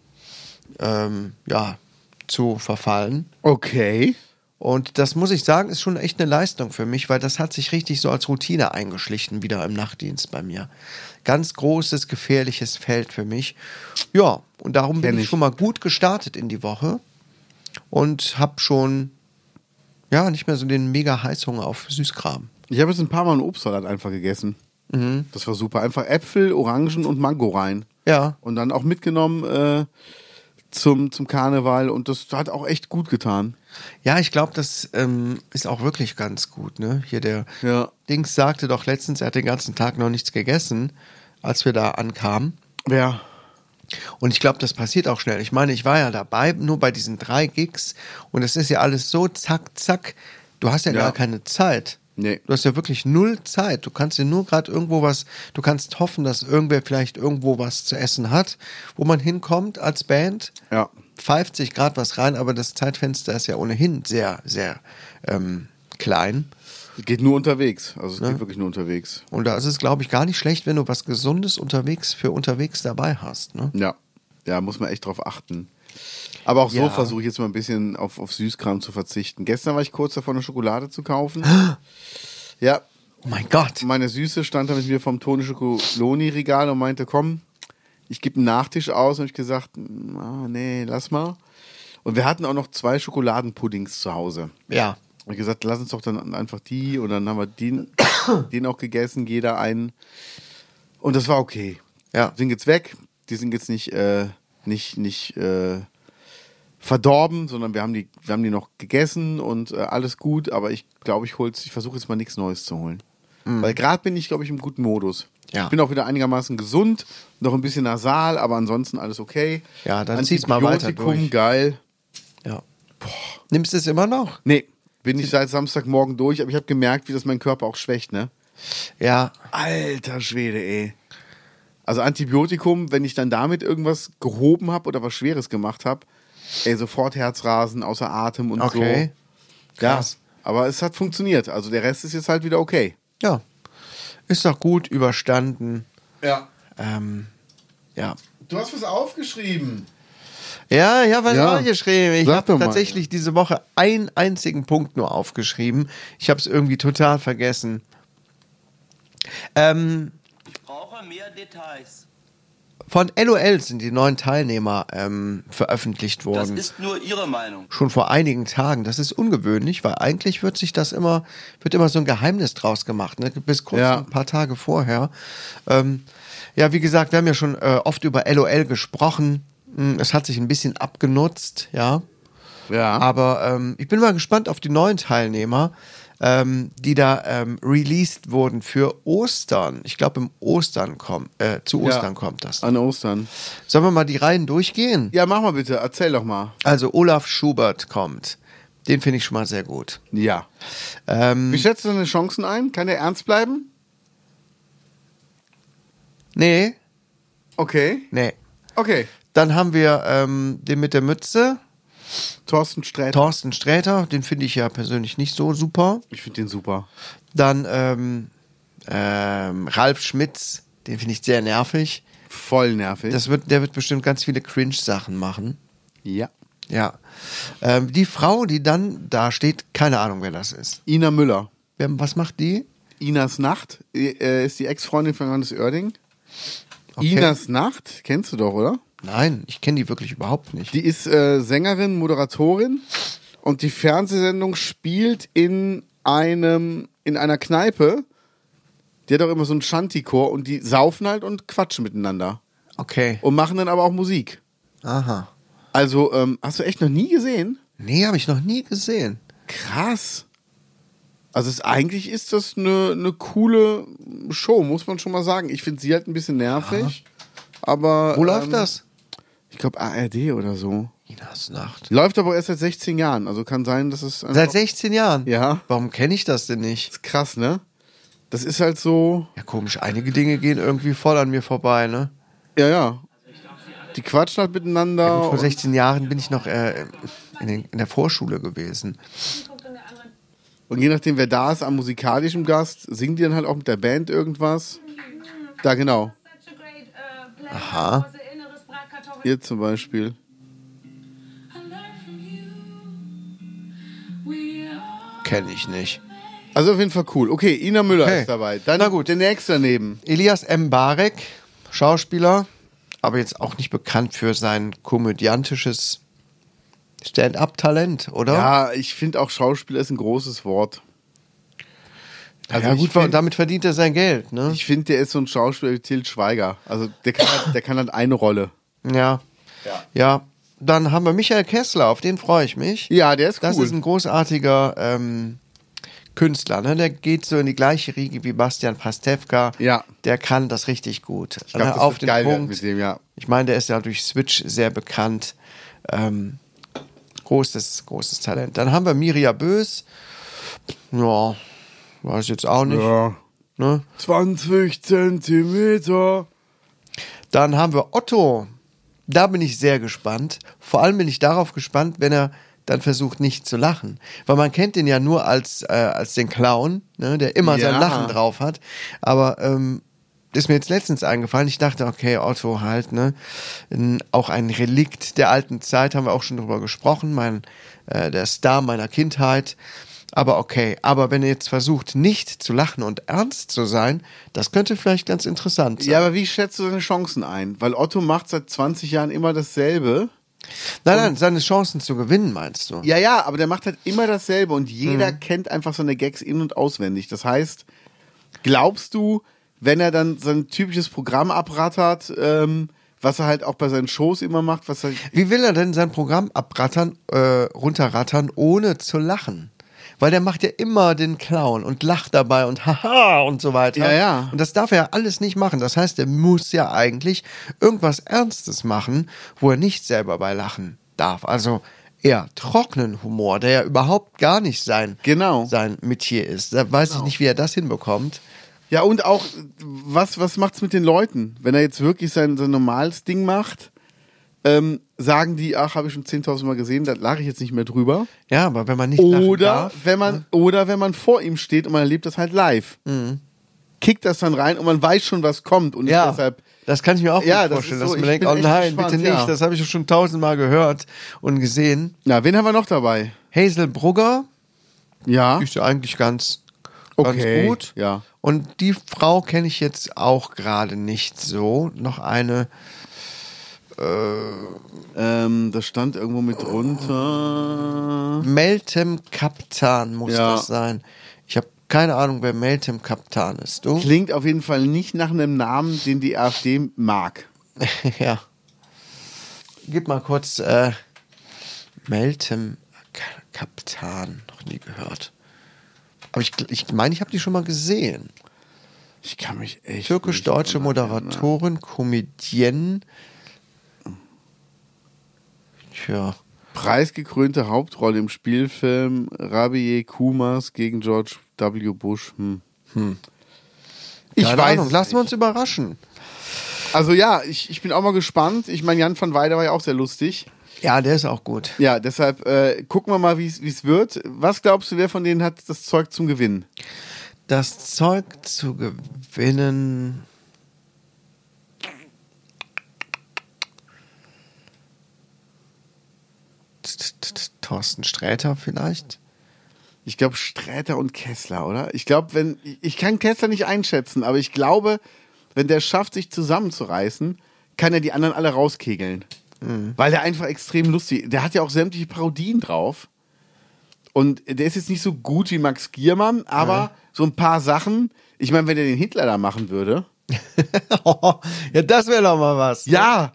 Speaker 3: ähm, ja, zu verfallen.
Speaker 2: Okay.
Speaker 3: Und das muss ich sagen, ist schon echt eine Leistung für mich, weil das hat sich richtig so als Routine eingeschlichen, wieder im Nachtdienst bei mir. Ganz großes, gefährliches Feld für mich. Ja, und darum bin
Speaker 2: Kenn
Speaker 3: ich
Speaker 2: ich.
Speaker 3: schon mal gut gestartet in die Woche und habe schon, ja, nicht mehr so den mega Heißhunger auf Süßkram.
Speaker 2: Ich habe jetzt ein paar Mal einen Obstsalat einfach gegessen.
Speaker 3: Mhm.
Speaker 2: Das war super. Einfach Äpfel, Orangen und Mango rein.
Speaker 3: Ja.
Speaker 2: Und dann auch mitgenommen äh, zum, zum Karneval. Und das hat auch echt gut getan.
Speaker 3: Ja, ich glaube, das ähm, ist auch wirklich ganz gut. Ne? Hier der
Speaker 2: Ja.
Speaker 3: Dings sagte doch letztens, er hat den ganzen Tag noch nichts gegessen, als wir da ankamen.
Speaker 2: Ja.
Speaker 3: Und ich glaube, das passiert auch schnell. Ich meine, ich war ja dabei, nur bei diesen drei Gigs. Und es ist ja alles so zack, zack. Du hast ja,
Speaker 2: Ja.
Speaker 3: gar keine Zeit.
Speaker 2: Nee.
Speaker 3: Du hast ja wirklich null Zeit. Du kannst dir nur gerade irgendwo was, du kannst hoffen, dass irgendwer vielleicht irgendwo was zu essen hat, wo man hinkommt als Band.
Speaker 2: Ja.
Speaker 3: Pfeift sich gerade was rein, aber das Zeitfenster ist ja ohnehin sehr, sehr ähm, klein.
Speaker 2: Geht nur unterwegs. Also
Speaker 3: Ne?
Speaker 2: es geht wirklich nur unterwegs.
Speaker 3: Und da ist es, glaube ich, gar nicht schlecht, wenn du was Gesundes unterwegs für unterwegs dabei hast. Ne?
Speaker 2: Ja. Ja, muss man echt drauf achten. Aber auch so
Speaker 3: Ja.
Speaker 2: versuche ich jetzt mal ein bisschen auf, auf Süßkram zu verzichten. Gestern war ich kurz davor, eine Schokolade zu kaufen. ja,
Speaker 3: Oh mein Gott.
Speaker 2: meine Süße stand da mit mir vom Toni Schokoloni-Regal und meinte, komm, ich gebe einen Nachtisch aus und ich gesagt, ah, nee, lass mal. Und wir hatten auch noch zwei Schokoladenpuddings zu Hause.
Speaker 3: Ja.
Speaker 2: Und gesagt, lass uns doch dann einfach die und dann haben wir den, den auch gegessen, jeder einen. Und das war okay.
Speaker 3: Ja.
Speaker 2: Sind jetzt weg, die sind jetzt nicht, äh, nicht, nicht äh, verdorben, sondern wir haben die, wir haben die noch gegessen und äh, alles gut, aber ich glaube, ich hol's, ich versuche jetzt mal nichts Neues zu holen. Weil gerade bin ich, glaube ich, im guten Modus.
Speaker 3: Mhm. Ja.
Speaker 2: Ich bin auch wieder einigermaßen gesund, noch ein bisschen nasal, aber ansonsten alles okay.
Speaker 3: Ja, dann zieh's mal weiter
Speaker 2: Antibiotikum,
Speaker 3: durch.
Speaker 2: geil.
Speaker 3: ja. Nimmst du es immer noch?
Speaker 2: Nee, bin ich seit Samstagmorgen durch, aber ich habe gemerkt, wie das mein Körper auch schwächt, ne?
Speaker 3: Ja.
Speaker 2: Alter Schwede, ey. Also Antibiotikum, wenn ich dann damit irgendwas gehoben habe oder was Schweres gemacht habe, ey, sofort Herzrasen, außer Atem und
Speaker 3: Okay.
Speaker 2: so. Ja,
Speaker 3: krass.
Speaker 2: aber es hat funktioniert. Also der Rest ist jetzt halt wieder okay.
Speaker 3: Ja. Ist doch gut überstanden.
Speaker 2: Ja.
Speaker 3: Ähm, ja.
Speaker 2: Du hast was aufgeschrieben.
Speaker 3: Ja, ich habe was
Speaker 2: Ja.
Speaker 3: aufgeschrieben. Ich
Speaker 2: Sag doch
Speaker 3: habe
Speaker 2: mal.
Speaker 3: tatsächlich diese Woche einen einzigen Punkt nur aufgeschrieben. Ich habe es irgendwie total vergessen. Ähm,
Speaker 4: Ich brauche mehr Details.
Speaker 3: von LOL sind die neuen Teilnehmer ähm, veröffentlicht
Speaker 4: Das
Speaker 3: worden.
Speaker 4: ist nur Ihre Meinung.
Speaker 3: schon vor einigen Tagen. Das ist ungewöhnlich, weil eigentlich wird sich das immer, wird immer so ein Geheimnis draus gemacht, ne? bis kurz
Speaker 2: Ja.
Speaker 3: ein paar Tage vorher. Ähm, ja, wie gesagt, wir haben ja schon äh, oft über LOL gesprochen. Hm, Es hat sich ein bisschen abgenutzt, ja.
Speaker 2: Ja.
Speaker 3: Aber ähm, ich bin mal gespannt auf die neuen Teilnehmer, ähm, die da ähm, released wurden für Ostern. Ich glaube, im Ostern kommt, äh, zu Ostern kommt das.
Speaker 2: An Ostern.
Speaker 3: Sollen wir mal die Reihen durchgehen?
Speaker 2: Ja, mach mal bitte, erzähl doch mal.
Speaker 3: Also Olaf Schubert kommt. Den finde ich schon mal sehr gut.
Speaker 2: Ja.
Speaker 3: Ähm,
Speaker 2: Wie schätzt du deine Chancen ein? Kann der ernst bleiben?
Speaker 3: nee,
Speaker 2: Okay.
Speaker 3: nee.
Speaker 2: Okay.
Speaker 3: Dann haben wir ähm, den mit der Mütze,
Speaker 2: Thorsten Sträter.
Speaker 3: Thorsten Sträter, den finde ich ja persönlich nicht so super.
Speaker 2: ich finde den super.
Speaker 3: Dann ähm, ähm, Ralf Schmitz, den finde ich sehr nervig.
Speaker 2: Voll nervig.
Speaker 3: Das wird, der wird bestimmt ganz viele Cringe-Sachen machen.
Speaker 2: ja.
Speaker 3: Ja. Ähm, die Frau, die dann da steht, keine Ahnung, wer das ist.
Speaker 2: Ina Müller.
Speaker 3: Wer, was macht die?
Speaker 2: Inas Nacht äh, ist die Ex-Freundin von Johannes Oerding. Inas Nacht, kennst du doch, oder?
Speaker 3: Nein, ich kenne die wirklich überhaupt nicht.
Speaker 2: Die ist äh, Sängerin, Moderatorin und die Fernsehsendung spielt in einem in einer Kneipe. Die hat auch immer so einen Shanty-Chor und die saufen halt und quatschen miteinander
Speaker 3: Okay.
Speaker 2: und machen dann aber auch Musik.
Speaker 3: Aha.
Speaker 2: Also ähm, hast du echt noch nie gesehen?
Speaker 3: Nee, habe ich noch nie gesehen.
Speaker 2: Krass. Also es, eigentlich ist das eine, eine coole Show, muss man schon mal sagen. Ich finde sie halt ein bisschen nervig. Aber
Speaker 3: Wo läuft
Speaker 2: ähm,
Speaker 3: das?
Speaker 2: Ich glaube ARD oder so.
Speaker 3: Inas Nacht.
Speaker 2: Läuft aber erst seit 16 Jahren. Also kann sein, dass es einfach-
Speaker 3: Seit 16 Jahren?
Speaker 2: Ja.
Speaker 3: Warum kenne ich das denn nicht?
Speaker 2: ist krass, ne? Das ist halt so.
Speaker 3: Ja, komisch. Einige Dinge gehen irgendwie voll an mir vorbei, ne?
Speaker 2: Ja, ja. Die quatschen halt miteinander.
Speaker 3: Gut, vor
Speaker 2: und-
Speaker 3: 16 Jahren bin ich noch äh, in, den, in der Vorschule gewesen.
Speaker 2: Und je nachdem, wer da ist am musikalischen Gast, singen die dann halt auch mit der Band irgendwas. Da genau.
Speaker 3: Aha.
Speaker 2: Ihr zum Beispiel.
Speaker 3: Kenne ich nicht.
Speaker 2: Also auf jeden Fall cool. Okay, Ina Müller
Speaker 3: Okay.
Speaker 2: ist dabei. Dann
Speaker 3: Na gut.
Speaker 2: der nächste daneben.
Speaker 3: Elias M. Barek, Schauspieler, aber jetzt auch nicht bekannt für sein komödiantisches Stand-up-Talent, oder?
Speaker 2: Ja, ich finde auch Schauspieler ist ein großes Wort.
Speaker 3: also
Speaker 2: ja,
Speaker 3: gut,
Speaker 2: ich find-
Speaker 3: damit verdient er sein Geld, ne?
Speaker 2: Ich finde, der ist so ein Schauspieler wie Til Schweiger. Also der kann halt, der kann halt eine Rolle.
Speaker 3: ja. ja. Dann haben wir Michael Kessler, auf den freue ich mich.
Speaker 2: Ja, der ist
Speaker 3: Das
Speaker 2: cool.
Speaker 3: ist ein großartiger ähm, Künstler, ne? Der geht so in die gleiche Riege wie Bastian Pastewka.
Speaker 2: Ja.
Speaker 3: Der kann das richtig gut. Ich
Speaker 2: glaub, das
Speaker 3: auf
Speaker 2: wird
Speaker 3: den
Speaker 2: geil werden
Speaker 3: Punkt.
Speaker 2: mit dem, ja.
Speaker 3: Ich meine, der ist ja durch Switch sehr bekannt. Ähm, großes, großes Talent. Dann haben wir Miria Bös. Ja, weiß jetzt auch nicht.
Speaker 2: ja.
Speaker 3: Ne?
Speaker 2: 20 Zentimeter.
Speaker 3: Dann haben wir Otto. Da bin ich sehr gespannt. Vor allem bin ich darauf gespannt, wenn er dann versucht, nicht zu lachen. Weil man kennt den ja nur als, äh, als den Clown, ne, der immer sein
Speaker 2: Ja.
Speaker 3: Lachen drauf hat. Aber ähm, ist mir jetzt letztens eingefallen. Ich dachte, okay, Otto halt, ne? N- Auch ein Relikt der alten Zeit, haben wir auch schon drüber gesprochen. Mein, äh, der Star meiner Kindheit. Aber okay, aber wenn ihr jetzt versucht, nicht zu lachen und ernst zu sein, das könnte vielleicht ganz interessant sein.
Speaker 2: Ja, aber wie schätzt du seine Chancen ein? Weil Otto macht seit 20 Jahren immer dasselbe.
Speaker 3: nein, nein, seine Chancen zu gewinnen, meinst du?
Speaker 2: Ja, ja, aber der macht halt immer dasselbe und jeder kennt einfach seine Gags in- und auswendig. Das heißt, glaubst du, wenn er dann sein typisches Programm abrattert, ähm, was er halt auch bei seinen Shows immer macht, was er.
Speaker 3: Wie will er denn sein Programm abrattern, äh, runterrattern, ohne zu lachen? Weil der macht ja immer den Clown und lacht dabei und haha und so weiter.
Speaker 2: Ja, ja.
Speaker 3: Und das darf er ja alles nicht machen. Das heißt, er muss ja eigentlich irgendwas Ernstes machen, wo er nicht selber bei lachen darf. Also eher trockenen Humor, der ja überhaupt gar nicht sein,
Speaker 2: Genau.
Speaker 3: sein Metier ist. Da weiß ich nicht, wie er das hinbekommt.
Speaker 2: Ja, und auch, was, was macht's mit den Leuten? Wenn er jetzt wirklich sein, sein normales Ding macht, ähm, sagen die, ach, habe ich schon 10.000 Mal gesehen, da lache ich jetzt nicht mehr drüber.
Speaker 3: Ja, aber wenn man nicht lachen
Speaker 2: Oder
Speaker 3: darf, ne?
Speaker 2: wenn man, oder wenn man vor ihm steht und man erlebt das halt live. Kickt das dann rein und man weiß schon, was kommt und
Speaker 3: Mhm. Ja,
Speaker 2: ist deshalb.
Speaker 3: das kann ich mir auch
Speaker 2: Ja,
Speaker 3: gut
Speaker 2: das
Speaker 3: vorstellen,
Speaker 2: ist so,
Speaker 3: dass man
Speaker 2: ich
Speaker 3: denkt,
Speaker 2: bin
Speaker 3: oh
Speaker 2: echt
Speaker 3: nein,
Speaker 2: gespannt,
Speaker 3: bitte nicht,
Speaker 2: ja.
Speaker 3: das habe ich schon tausendmal gehört und gesehen.
Speaker 2: Na, wen haben wir noch dabei?
Speaker 3: Hazel Brugger
Speaker 2: Ja.
Speaker 3: die ist ja eigentlich ganz,
Speaker 2: Okay,
Speaker 3: ganz gut.
Speaker 2: ja.
Speaker 3: Und die Frau kenne ich jetzt auch gerade nicht so. Noch eine,
Speaker 2: Ähm, das stand irgendwo mit drunter.
Speaker 3: Meltem Kaptan muss
Speaker 2: Ja.
Speaker 3: das sein. Ich habe keine Ahnung, wer Meltem Kaptan ist. Du?
Speaker 2: Klingt auf jeden Fall nicht nach einem Namen, den die AfD mag.
Speaker 3: ja. Gib mal kurz äh, Meltem Ka- Kaptan, noch nie gehört. Aber ich meine, ich, meine, ich habe die schon mal gesehen.
Speaker 2: Ich kann mich echt.
Speaker 3: Türkisch-deutsche
Speaker 2: nicht dran
Speaker 3: ne?
Speaker 2: erinnern.
Speaker 3: Moderatorin, Comedienne. Tja.
Speaker 2: Preisgekrönte Hauptrolle im Spielfilm Rabier Kumas gegen George W. Bush. Hm. Ich
Speaker 3: Keine
Speaker 2: weiß.
Speaker 3: Ahnung,
Speaker 2: es
Speaker 3: lassen wir
Speaker 2: nicht.
Speaker 3: uns überraschen.
Speaker 2: Also ja, ich, ich bin auch mal gespannt. Ich meine, Jan van Weider war ja auch sehr lustig.
Speaker 3: Ja, der ist auch gut.
Speaker 2: Ja, deshalb äh, gucken wir mal, wie es wird. Was glaubst du, wer von denen hat das Zeug zum Gewinnen?
Speaker 3: Das Zeug zu gewinnen. T- t- t- Thorsten Sträter vielleicht?
Speaker 2: Ich glaube Sträter und Kessler, oder? Ich glaube, wenn ich kann Kessler nicht einschätzen, aber ich glaube, wenn der schafft, sich zusammenzureißen, kann er die anderen alle rauskegeln,
Speaker 3: Mhm.
Speaker 2: weil der einfach extrem lustig. Der hat ja auch sämtliche Parodien drauf und der ist jetzt nicht so gut wie Max Giermann, aber so ein paar Sachen. Ich meine, wenn er den Hitler da machen würde,
Speaker 3: ja, das wäre doch mal was.
Speaker 2: ja,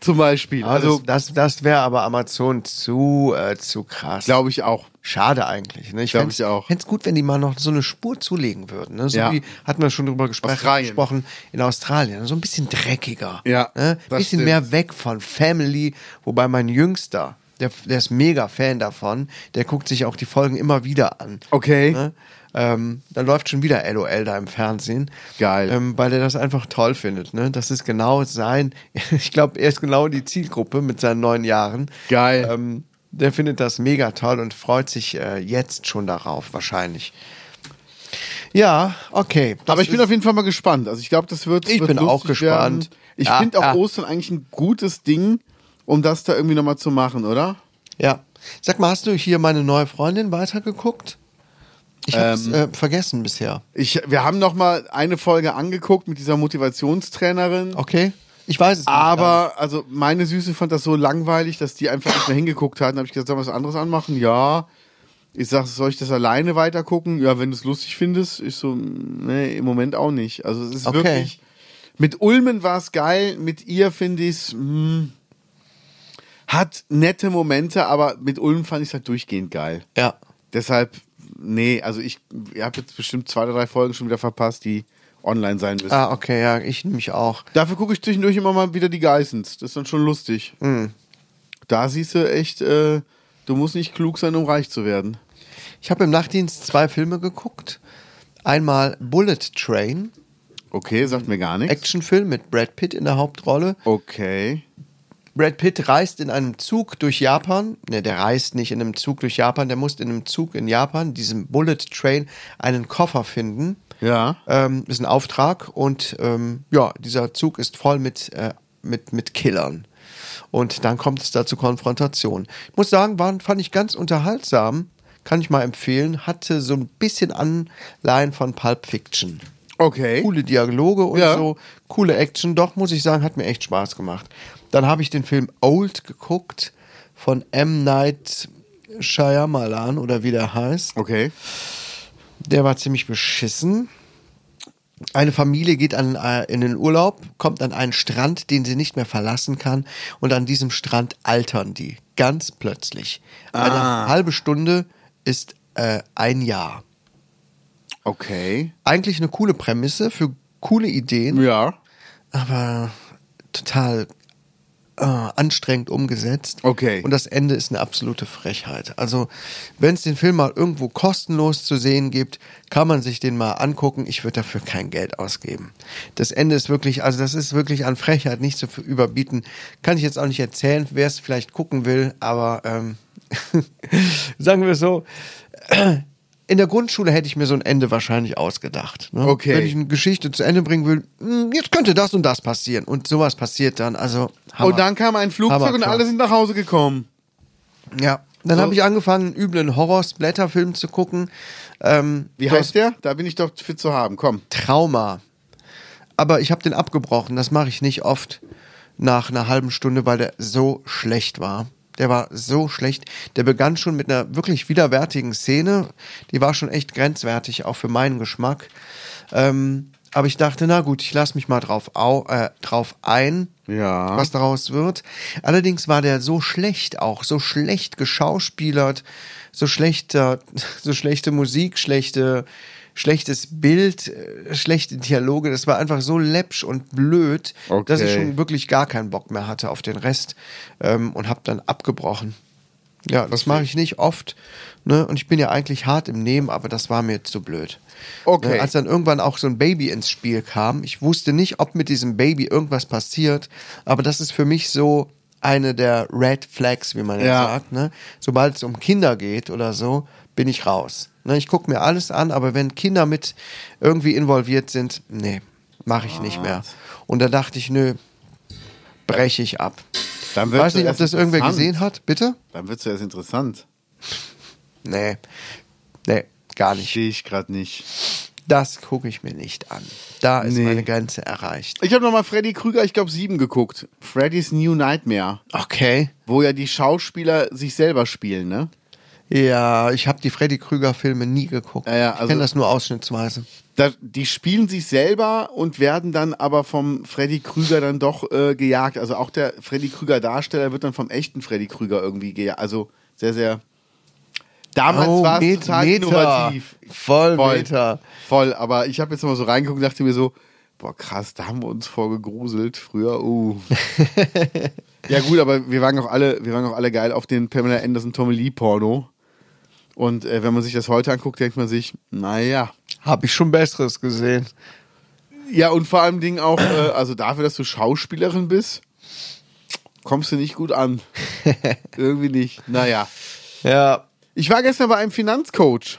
Speaker 2: zum Beispiel.
Speaker 3: Also,
Speaker 2: Also
Speaker 3: das, das wäre aber Amazon zu, äh, zu krass.
Speaker 2: glaube ich auch.
Speaker 3: Schade eigentlich. Ne? Ich
Speaker 2: Glaub
Speaker 3: fänd's-
Speaker 2: ich auch.
Speaker 3: fänd's gut, wenn die mal noch so eine Spur zulegen würden. Ne? So
Speaker 2: Ja.
Speaker 3: wie hatten wir schon drüber gespr
Speaker 2: Australien.
Speaker 3: gesprochen in Australien. So ein bisschen dreckiger.
Speaker 2: Ja,
Speaker 3: Ne?
Speaker 2: das
Speaker 3: bisschen
Speaker 2: stimmt.
Speaker 3: mehr weg von Family. Wobei mein Jüngster, der, der ist mega Fan davon, der guckt sich auch die Folgen immer wieder an.
Speaker 2: Okay.
Speaker 3: Ne? Ähm, da läuft schon wieder LOL da im Fernsehen.
Speaker 2: Geil.
Speaker 3: Ähm, weil er das einfach toll findet. Ne? Das ist genau sein, ich glaube, er ist genau die Zielgruppe mit seinen neun Jahren.
Speaker 2: Geil.
Speaker 3: Ähm, der findet das mega toll und freut sich äh, jetzt schon darauf, wahrscheinlich. Ja, okay. Das
Speaker 2: Aber ich bin
Speaker 3: ist-
Speaker 2: auf jeden Fall mal gespannt. Also ich glaube, das wird.
Speaker 3: Ich
Speaker 2: wird
Speaker 3: bin auch
Speaker 2: lustig
Speaker 3: gespannt. Ah,
Speaker 2: Werden. Ich
Speaker 3: Ja,
Speaker 2: finde auch
Speaker 3: ja.
Speaker 2: Ostern eigentlich ein gutes Ding, um das da irgendwie nochmal zu machen, oder?
Speaker 3: Ja. Sag mal, hast du hier meine neue Freundin weitergeguckt? Ich hab's
Speaker 2: Ähm.
Speaker 3: äh, vergessen bisher.
Speaker 2: Ich, wir haben nochmal eine Folge angeguckt mit dieser Motivationstrainerin.
Speaker 3: Okay? Ich weiß es nicht.
Speaker 2: Aber, also meine Süße fand das so langweilig, dass die einfach nicht mehr hingeguckt hat. Dann habe ich gesagt, sollen wir was anderes anmachen? Ja. Ich sag, soll ich das alleine weitergucken? Ja, wenn du es lustig findest. Ich so, nee, im Moment auch nicht. Also es ist
Speaker 3: Okay.
Speaker 2: wirklich. Mit Ulmen war es geil, mit ihr finde ich es. Hat nette Momente, aber mit Ulm fand ich es halt durchgehend geil.
Speaker 3: Ja.
Speaker 2: Deshalb, nee, also ich, ich habe jetzt bestimmt zwei oder drei Folgen schon wieder verpasst, die online sein müssen.
Speaker 3: Ah, okay, ja, ich nämlich auch.
Speaker 2: Dafür gucke ich zwischendurch immer mal wieder die Geissens. Das ist dann schon lustig.
Speaker 3: Mhm.
Speaker 2: Da siehst du echt, äh, du musst nicht klug sein, um reich zu werden.
Speaker 3: Ich habe im Nachtdienst zwei Filme geguckt. Einmal Bullet Train,
Speaker 2: Okay, sagt mir gar nichts.
Speaker 3: Actionfilm mit Brad Pitt in der Hauptrolle.
Speaker 2: Okay.
Speaker 3: Brad Pitt reist in einem Zug durch Japan. Ne, der reist nicht in einem Zug durch Japan, der muss in einem Zug in Japan, diesem Bullet Train, einen Koffer finden.
Speaker 2: Ja.
Speaker 3: Ähm, ist ein Auftrag und ähm, ja, dieser Zug ist voll mit, äh, mit, mit Killern. Und dann kommt es da zu Konfrontation. Ich muss sagen, waren, fand ich ganz unterhaltsam. kann ich mal empfehlen, hatte so ein bisschen Anleihen von Pulp Fiction.
Speaker 2: Okay.
Speaker 3: Coole Dialoge und
Speaker 2: Ja.
Speaker 3: so, coole Action. Doch, muss ich sagen, hat mir echt Spaß gemacht. Dann habe ich den Film Old geguckt von M. Night Shyamalan oder wie der heißt.
Speaker 2: Okay.
Speaker 3: Der war ziemlich beschissen. Eine Familie geht an, äh, in den Urlaub, kommt an einen Strand, den sie nicht mehr verlassen kann. Und an diesem Strand altern die. Ganz plötzlich. Eine halbe Stunde ist äh, ein Jahr.
Speaker 2: Okay.
Speaker 3: Eigentlich eine coole Prämisse für coole Ideen,
Speaker 2: Ja.
Speaker 3: aber total äh, anstrengend umgesetzt.
Speaker 2: Okay.
Speaker 3: Und das Ende ist eine absolute Frechheit. Also, wenn es den Film mal irgendwo kostenlos zu sehen gibt, kann man sich den mal angucken. Ich würde dafür kein Geld ausgeben. Das Ende ist wirklich, also das ist wirklich an Frechheit nicht zu f- überbieten. Kann ich jetzt auch nicht erzählen, wer es vielleicht gucken will, aber ähm, sagen wir so. In der Grundschule hätte ich mir so ein Ende wahrscheinlich ausgedacht. Ne?
Speaker 2: Okay.
Speaker 3: Wenn ich eine Geschichte zu Ende bringen will, "Hm, jetzt könnte das und das passieren. Und sowas passiert dann. Also, Hammer.
Speaker 2: Und dann kam ein Flugzeug
Speaker 3: Hammer,
Speaker 2: und
Speaker 3: klar.
Speaker 2: alle sind nach Hause gekommen.
Speaker 3: Ja. Dann
Speaker 2: So.
Speaker 3: habe ich angefangen, einen üblen Horror-Splatter-Film zu gucken. Ähm,
Speaker 2: Wie heißt der? Da bin ich doch für zu haben. Komm.
Speaker 3: Trauma. Aber ich habe den abgebrochen. Das mache ich nicht oft nach einer halben Stunde, weil der so schlecht war. Der war so schlecht. Der begann schon mit einer wirklich widerwärtigen Szene. Die war schon echt grenzwertig, auch für meinen Geschmack. Ähm, aber ich dachte, na gut, ich lasse mich mal drauf, au, äh, drauf ein,
Speaker 2: Ja.
Speaker 3: was daraus wird. Allerdings war der so schlecht auch, so schlecht geschauspielert, so schlechter, so schlechte Musik, schlechte, schlechtes Bild, äh, schlechte Dialoge. Das war einfach so läppsch und blöd, dass ich
Speaker 2: Okay.
Speaker 3: schon wirklich gar keinen Bock mehr hatte auf den Rest ähm, und habe dann abgebrochen. Ja, das mache ich nicht oft. Ne? Und ich bin ja eigentlich hart im Nehmen, aber das war mir jetzt zu blöd.
Speaker 2: Okay.
Speaker 3: Ne? Als dann irgendwann auch so ein Baby ins Spiel kam, ich wusste nicht, ob mit diesem Baby irgendwas passiert, aber das ist für mich so eine der Red Flags, wie man ja,
Speaker 2: Ja.
Speaker 3: sagt. Ne? Sobald es um Kinder geht oder so, bin ich raus. Ne? Ich gucke mir alles an, aber wenn Kinder mit irgendwie involviert sind, nee, mache ich nicht mehr.
Speaker 2: Ah.
Speaker 3: Und da dachte ich, nö, breche ich ab.
Speaker 2: Dann
Speaker 3: Ich
Speaker 2: wird's
Speaker 3: weiß nicht, ob
Speaker 2: erst
Speaker 3: das irgendwer
Speaker 2: interessant.
Speaker 3: gesehen hat, bitte?
Speaker 2: Dann wird es erst interessant.
Speaker 3: Nee. Nee, Ne, gar nicht.
Speaker 2: Stehe ich gerade nicht.
Speaker 3: Das gucke ich mir nicht an. Da ist
Speaker 2: Nee.
Speaker 3: meine Grenze erreicht.
Speaker 2: Ich habe nochmal Freddy Krüger, ich glaube, sieben geguckt. Freddy's New Nightmare.
Speaker 3: Okay.
Speaker 2: Wo ja die Schauspieler sich selber spielen, ne?
Speaker 3: Ja, ich habe die Freddy Krüger Filme nie geguckt.
Speaker 2: Ja, ja,
Speaker 3: ich
Speaker 2: also-
Speaker 3: kenne das nur ausschnittsweise.
Speaker 2: Da, die spielen sich selber und werden dann aber vom Freddy Krüger dann doch äh, gejagt. Also auch der Freddy Krüger Darsteller wird dann vom echten Freddy Krüger irgendwie gejagt. Also sehr, sehr. Damals war es
Speaker 3: Met-
Speaker 2: total
Speaker 3: Meta.
Speaker 2: innovativ.
Speaker 3: Voll Meta.
Speaker 2: Voll, aber ich habe jetzt noch mal so reingeguckt und dachte mir so, boah krass, da haben wir uns vorgegruselt früher. Uh. ja gut, aber wir waren auch alle, wir waren auch alle geil auf den Pamela Anderson Tommy Lee Porno. Und äh, wenn man sich das heute anguckt, denkt man sich, naja.
Speaker 3: Habe ich schon besseres gesehen.
Speaker 2: Ja, und vor allem Dingen auch, äh, also dafür, dass du Schauspielerin bist, kommst du nicht gut an. Irgendwie nicht. Naja.
Speaker 3: Ja,
Speaker 2: Ich war gestern bei einem Finanzcoach.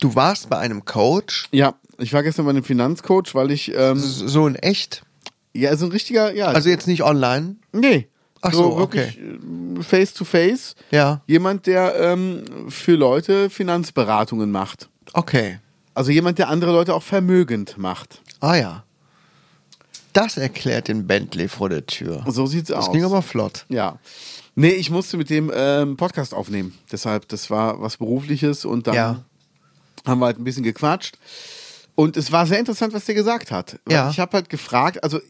Speaker 3: du warst bei einem Coach
Speaker 2: Ja, ich war gestern bei einem Finanzcoach, weil ich, ähm,
Speaker 3: so so in echt,
Speaker 2: ja, so ein richtiger, ja.
Speaker 3: also jetzt nicht online.
Speaker 2: nee.
Speaker 3: Ach so,
Speaker 2: wirklich äh, face to face.
Speaker 3: Ja.
Speaker 2: Jemand, der ähm, für Leute Finanzberatungen macht.
Speaker 3: Okay.
Speaker 2: Also jemand, der andere Leute auch vermögend macht.
Speaker 3: Ah ja. Das erklärt den Bentley vor der Tür.
Speaker 2: So sieht's aus.
Speaker 3: Das ging aber flott.
Speaker 2: Ja. Nee, ich musste mit dem ähm, Podcast aufnehmen. Deshalb, das war was Berufliches und dann
Speaker 3: Ja.
Speaker 2: haben wir halt ein bisschen gequatscht. Und es war sehr interessant, was der gesagt hat. Weil
Speaker 3: Ja.
Speaker 2: Ich habe halt gefragt, also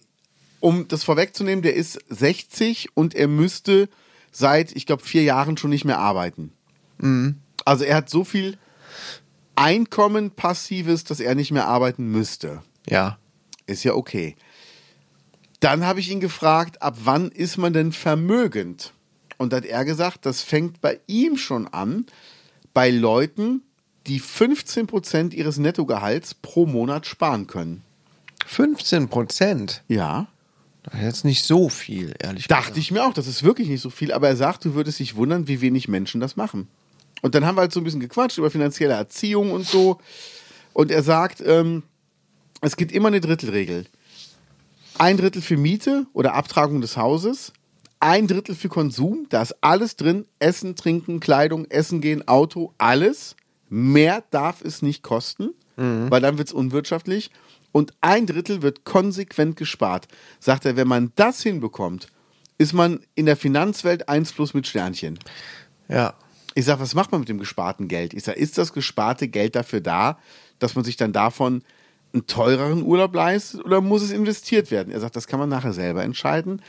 Speaker 2: um das vorwegzunehmen, der ist 60 und er müsste seit, ich glaube, vier Jahren schon nicht mehr arbeiten.
Speaker 3: Mhm.
Speaker 2: Also er hat so viel Einkommen passives, dass er nicht mehr arbeiten müsste.
Speaker 3: Ja.
Speaker 2: Ist ja okay. Dann habe ich ihn gefragt, ab wann ist man denn vermögend? Und hat er gesagt, das fängt bei ihm schon an, bei Leuten, die 15% ihres Nettogehalts pro Monat sparen können.
Speaker 3: 15 Prozent.
Speaker 2: Ja.
Speaker 3: Das ist jetzt nicht so viel, ehrlich
Speaker 2: Dachte ich mir auch, das ist wirklich nicht so viel, aber er sagt, du würdest dich wundern, wie wenig Menschen das machen. Und dann haben wir halt so ein bisschen gequatscht über finanzielle Erziehung und so. Und er sagt, ähm, es gibt immer eine Drittelregel. Ein Drittel für Miete oder Abtragung des Hauses, ein Drittel für Konsum, da ist alles drin, Essen, Trinken, Kleidung, Essen gehen, Auto, alles. Mehr darf es nicht kosten, weil dann wird es unwirtschaftlich. Und ein Drittel wird konsequent gespart. Sagt er, wenn man das hinbekommt, ist man in der Finanzwelt 1 plus mit Sternchen.
Speaker 3: Ja.
Speaker 2: Ich sage, was macht man mit dem gesparten Geld? Ich sage, ist das gesparte Geld dafür da, dass man sich dann davon einen teureren Urlaub leistet oder muss es investiert werden? Er sagt, das kann man nachher selber entscheiden.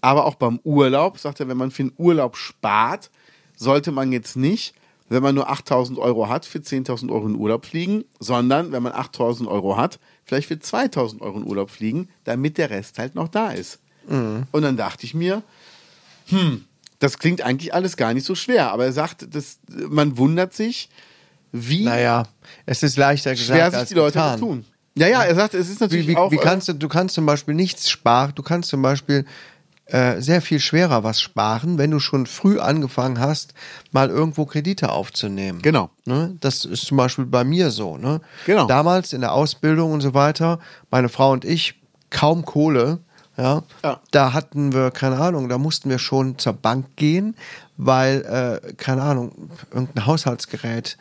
Speaker 2: Aber auch beim Urlaub, sagt er, wenn man für einen Urlaub spart, sollte man jetzt nicht, wenn man nur 8000 Euro hat, für 10.000 Euro in den Urlaub fliegen, sondern wenn man 8000 Euro hat, vielleicht für 2000 Euro in den Urlaub fliegen, damit der Rest halt noch da ist.
Speaker 3: Mhm.
Speaker 2: Und dann dachte ich mir, hm, das klingt eigentlich alles gar nicht so schwer, aber er sagt, das, man wundert sich, wie
Speaker 3: Naja, es ist leichter gesagt
Speaker 2: schwer sich
Speaker 3: als
Speaker 2: die Leute
Speaker 3: getan.
Speaker 2: das tun. Ja, ja, er sagt, es ist natürlich
Speaker 3: Wie, wie,
Speaker 2: auch.
Speaker 3: wie
Speaker 2: äh,
Speaker 3: kannst du, du kannst zum Beispiel nichts sparen, du kannst zum Beispiel äh, sehr viel schwerer was sparen, wenn du schon früh angefangen hast, mal irgendwo Kredite aufzunehmen.
Speaker 2: Genau.
Speaker 3: Ne? Das ist zum Beispiel bei mir so. Ne?
Speaker 2: Genau.
Speaker 3: Damals in der Ausbildung und so weiter, meine Frau und ich, kaum Kohle. Ja,
Speaker 2: Ja.
Speaker 3: da hatten wir, keine Ahnung, da mussten wir schon zur Bank gehen, weil, äh, keine Ahnung, irgendein Haushaltsgerät,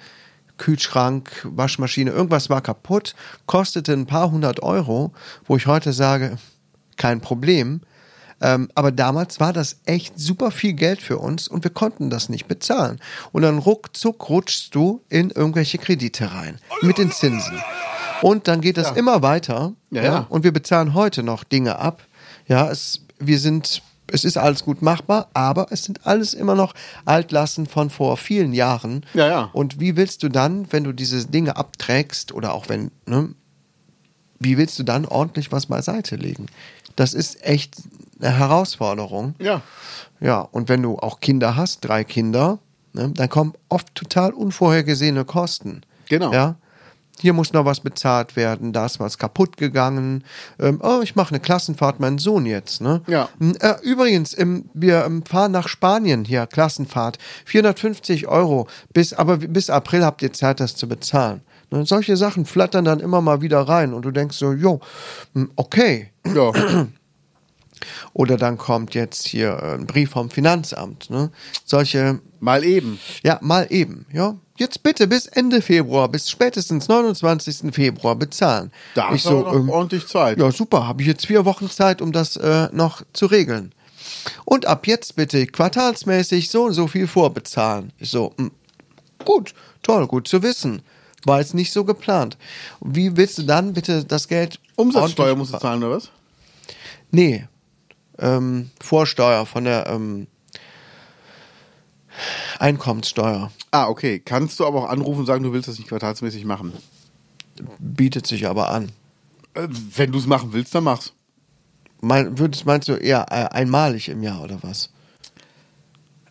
Speaker 3: Kühlschrank, Waschmaschine, irgendwas war kaputt, kostete ein paar hundert Euro, wo ich heute sage, kein Problem. Ähm, aber damals war das echt super viel Geld für uns und wir konnten das nicht bezahlen. Und dann ruckzuck rutschst du in irgendwelche Kredite rein mit den Zinsen. Und dann geht das immer weiter.
Speaker 2: Ja, ja.
Speaker 3: Und wir bezahlen heute noch Dinge ab. Ja, es, wir sind, es ist alles gut machbar, aber es sind alles immer noch Altlasten von vor vielen Jahren.
Speaker 2: Ja, ja.
Speaker 3: Und wie willst du dann, wenn du diese Dinge abträgst oder auch wenn, ne, wie willst du dann ordentlich was beiseite legen? Das ist echt eine Herausforderung.
Speaker 2: äh, Ja.
Speaker 3: Ja, und wenn du auch Kinder hast, drei Kinder, ne, dann kommen oft total unvorhergesehene Kosten.
Speaker 2: Genau.
Speaker 3: Ja. Hier muss noch was bezahlt werden, da ist was kaputt gegangen. Ähm, oh, ich mache eine Klassenfahrt, mein Sohn jetzt. Ne?
Speaker 2: Ja.
Speaker 3: Hm, Äh, übrigens, im, wir ähm, fahren nach Spanien hier, Klassenfahrt. 450 Euro. Bis, aber w- bis April habt ihr Zeit, das zu bezahlen. Ne? Solche Sachen flattern dann immer mal wieder rein und du denkst so, jo, hm, okay.
Speaker 2: Ja.
Speaker 3: Oder dann kommt jetzt hier äh, ein Brief vom Finanzamt. Ne? Solche,
Speaker 2: Mal eben.
Speaker 3: ja, mal eben, ja. Jetzt bitte bis Ende Februar, bis spätestens 29. Februar bezahlen.
Speaker 2: Da hast du aber noch ordentlich Zeit.
Speaker 3: ähm, Ja, super, habe ich jetzt vier Wochen Zeit, um das äh, noch zu regeln. Und ab jetzt bitte quartalsmäßig so und so viel vorbezahlen. Ich so, mm, gut, toll, gut zu wissen. War jetzt nicht so geplant. Wie willst du dann bitte das Geld
Speaker 2: Umsatzsteuer
Speaker 3: ordentlich-
Speaker 2: musst du zahlen, oder was?
Speaker 3: Nee. Ähm, Vorsteuer von der ähm, Einkommenssteuer.
Speaker 2: Ah, okay. Kannst du aber auch anrufen und sagen, du willst das nicht quartalsmäßig machen.
Speaker 3: Bietet sich aber an.
Speaker 2: Äh, wenn du es machen willst, dann mach's.
Speaker 3: Mein, würdest, meinst du eher äh, einmalig im Jahr oder was?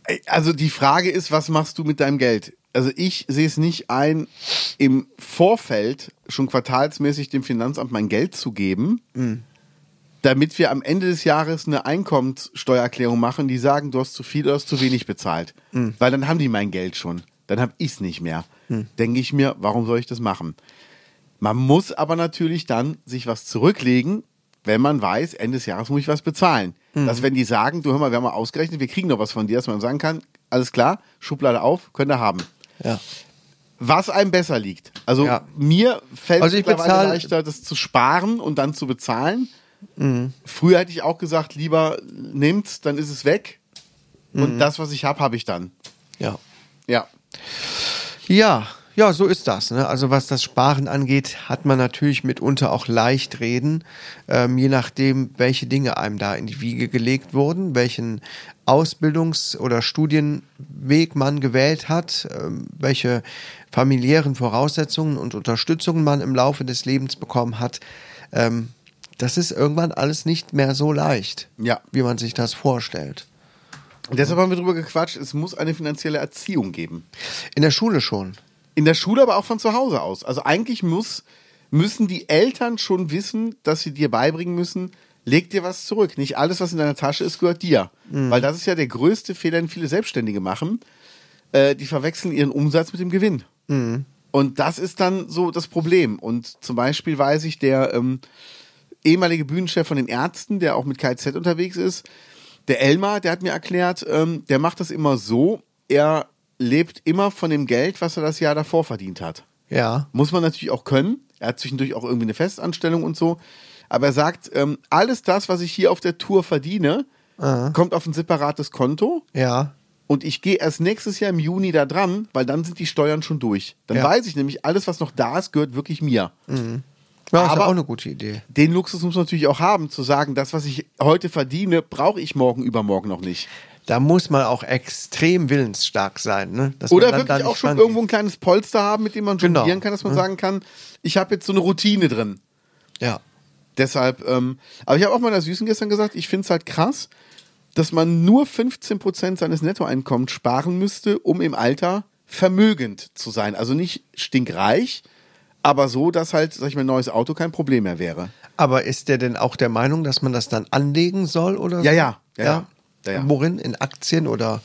Speaker 2: Ey, Also die Frage ist, was machst du mit deinem Geld? Also ich sehe es nicht ein, im Vorfeld schon quartalsmäßig dem Finanzamt mein Geld zu geben, damit wir am Ende des Jahres eine Einkommenssteuererklärung machen, die sagen, du hast zu viel oder hast zu wenig bezahlt. Weil dann haben die mein Geld schon. Dann habe ich es nicht mehr. Denke ich mir, warum soll ich das machen? Man muss aber natürlich dann sich was zurücklegen, wenn man weiß, Ende des Jahres muss ich was bezahlen.
Speaker 3: Mhm.
Speaker 2: Dass wenn die sagen, du hör mal, wir haben mal ausgerechnet, wir kriegen noch was von dir, dass man sagen kann, alles klar, Schublade auf, könnt ihr haben.
Speaker 3: Ja.
Speaker 2: Was einem besser liegt. Also
Speaker 3: Ja.
Speaker 2: mir fällt
Speaker 3: Also
Speaker 2: es
Speaker 3: ich
Speaker 2: mittlerweile
Speaker 3: bezahl-
Speaker 2: leichter, das zu sparen und dann zu bezahlen.
Speaker 3: Mhm.
Speaker 2: Früher hätte ich auch gesagt, lieber nehmt's, dann ist es weg. Und das, was ich habe, habe ich dann.
Speaker 3: Mhm. Ja.
Speaker 2: Ja.
Speaker 3: Ja, ja, so ist das. Ne? Also was das Sparen angeht, hat man natürlich mitunter auch leicht reden, ähm, je nachdem, welche Dinge einem da in die Wiege gelegt wurden, welchen Ausbildungs- oder Studienweg man gewählt hat, ähm, welche familiären Voraussetzungen und Unterstützungen man im Laufe des Lebens bekommen hat. Ähm, das ist irgendwann alles nicht mehr so leicht,
Speaker 2: Ja.
Speaker 3: wie man sich das vorstellt.
Speaker 2: Und deshalb haben wir drüber gequatscht, es muss eine finanzielle Erziehung geben.
Speaker 3: In der Schule schon.
Speaker 2: In der Schule, aber auch von zu Hause aus. Also eigentlich muss, müssen die Eltern schon wissen, dass sie dir beibringen müssen, leg dir was zurück. Nicht alles, was in deiner Tasche ist, gehört dir. Weil das ist ja der größte Fehler, den viele Selbstständige machen. Äh, die verwechseln ihren Umsatz mit dem Gewinn. Und das ist dann so das Problem. Und zum Beispiel weiß ich, der ähm, ehemalige Bühnenchef von den Ärzten, der auch mit KZ unterwegs ist, Der Elmar, der hat mir erklärt, ähm, der macht das immer so, er lebt immer von dem Geld, was er das Jahr davor verdient hat.
Speaker 3: Ja.
Speaker 2: Muss man natürlich auch können. Er hat zwischendurch auch irgendwie eine Festanstellung und so. Aber er sagt, ähm, alles das, was ich hier auf der Tour verdiene, kommt auf ein separates Konto.
Speaker 3: Ja.
Speaker 2: Und ich gehe erst nächstes Jahr im Juni da dran, weil dann sind die Steuern schon durch. Dann
Speaker 3: Ja. Mhm.
Speaker 2: weiß ich nämlich, alles, was noch da ist, gehört wirklich mir.
Speaker 3: Ja, ist ja
Speaker 2: Aber-
Speaker 3: auch eine gute Idee.
Speaker 2: Den Luxus muss man natürlich auch haben, zu sagen, das, was ich heute verdiene, brauche ich morgen übermorgen noch nicht.
Speaker 3: Da muss man auch extrem willensstark sein, ne? Dass
Speaker 2: Oder
Speaker 3: man dann da
Speaker 2: wirklich
Speaker 3: nicht
Speaker 2: auch schon
Speaker 3: rangeht.
Speaker 2: irgendwo ein kleines Polster haben, mit dem man
Speaker 3: Genau.
Speaker 2: jonglieren kann, dass man sagen kann, ich habe jetzt so eine Routine drin.
Speaker 3: Ja.
Speaker 2: Deshalb, ähm, aber ich habe auch meiner Süßen gestern gesagt, ich finde es halt krass, dass man nur 15% seines Nettoeinkommens sparen müsste, um im Alter vermögend zu sein. Also nicht stinkreich, aber so, dass halt, sag ich mal, ein neues Auto kein Problem mehr wäre.
Speaker 3: Aber ist der denn auch der Meinung, dass man das dann anlegen soll oder?
Speaker 2: Ja,
Speaker 3: so?
Speaker 2: ja. Ja, ja. Ja, ja.
Speaker 3: Worin? In Aktien oder?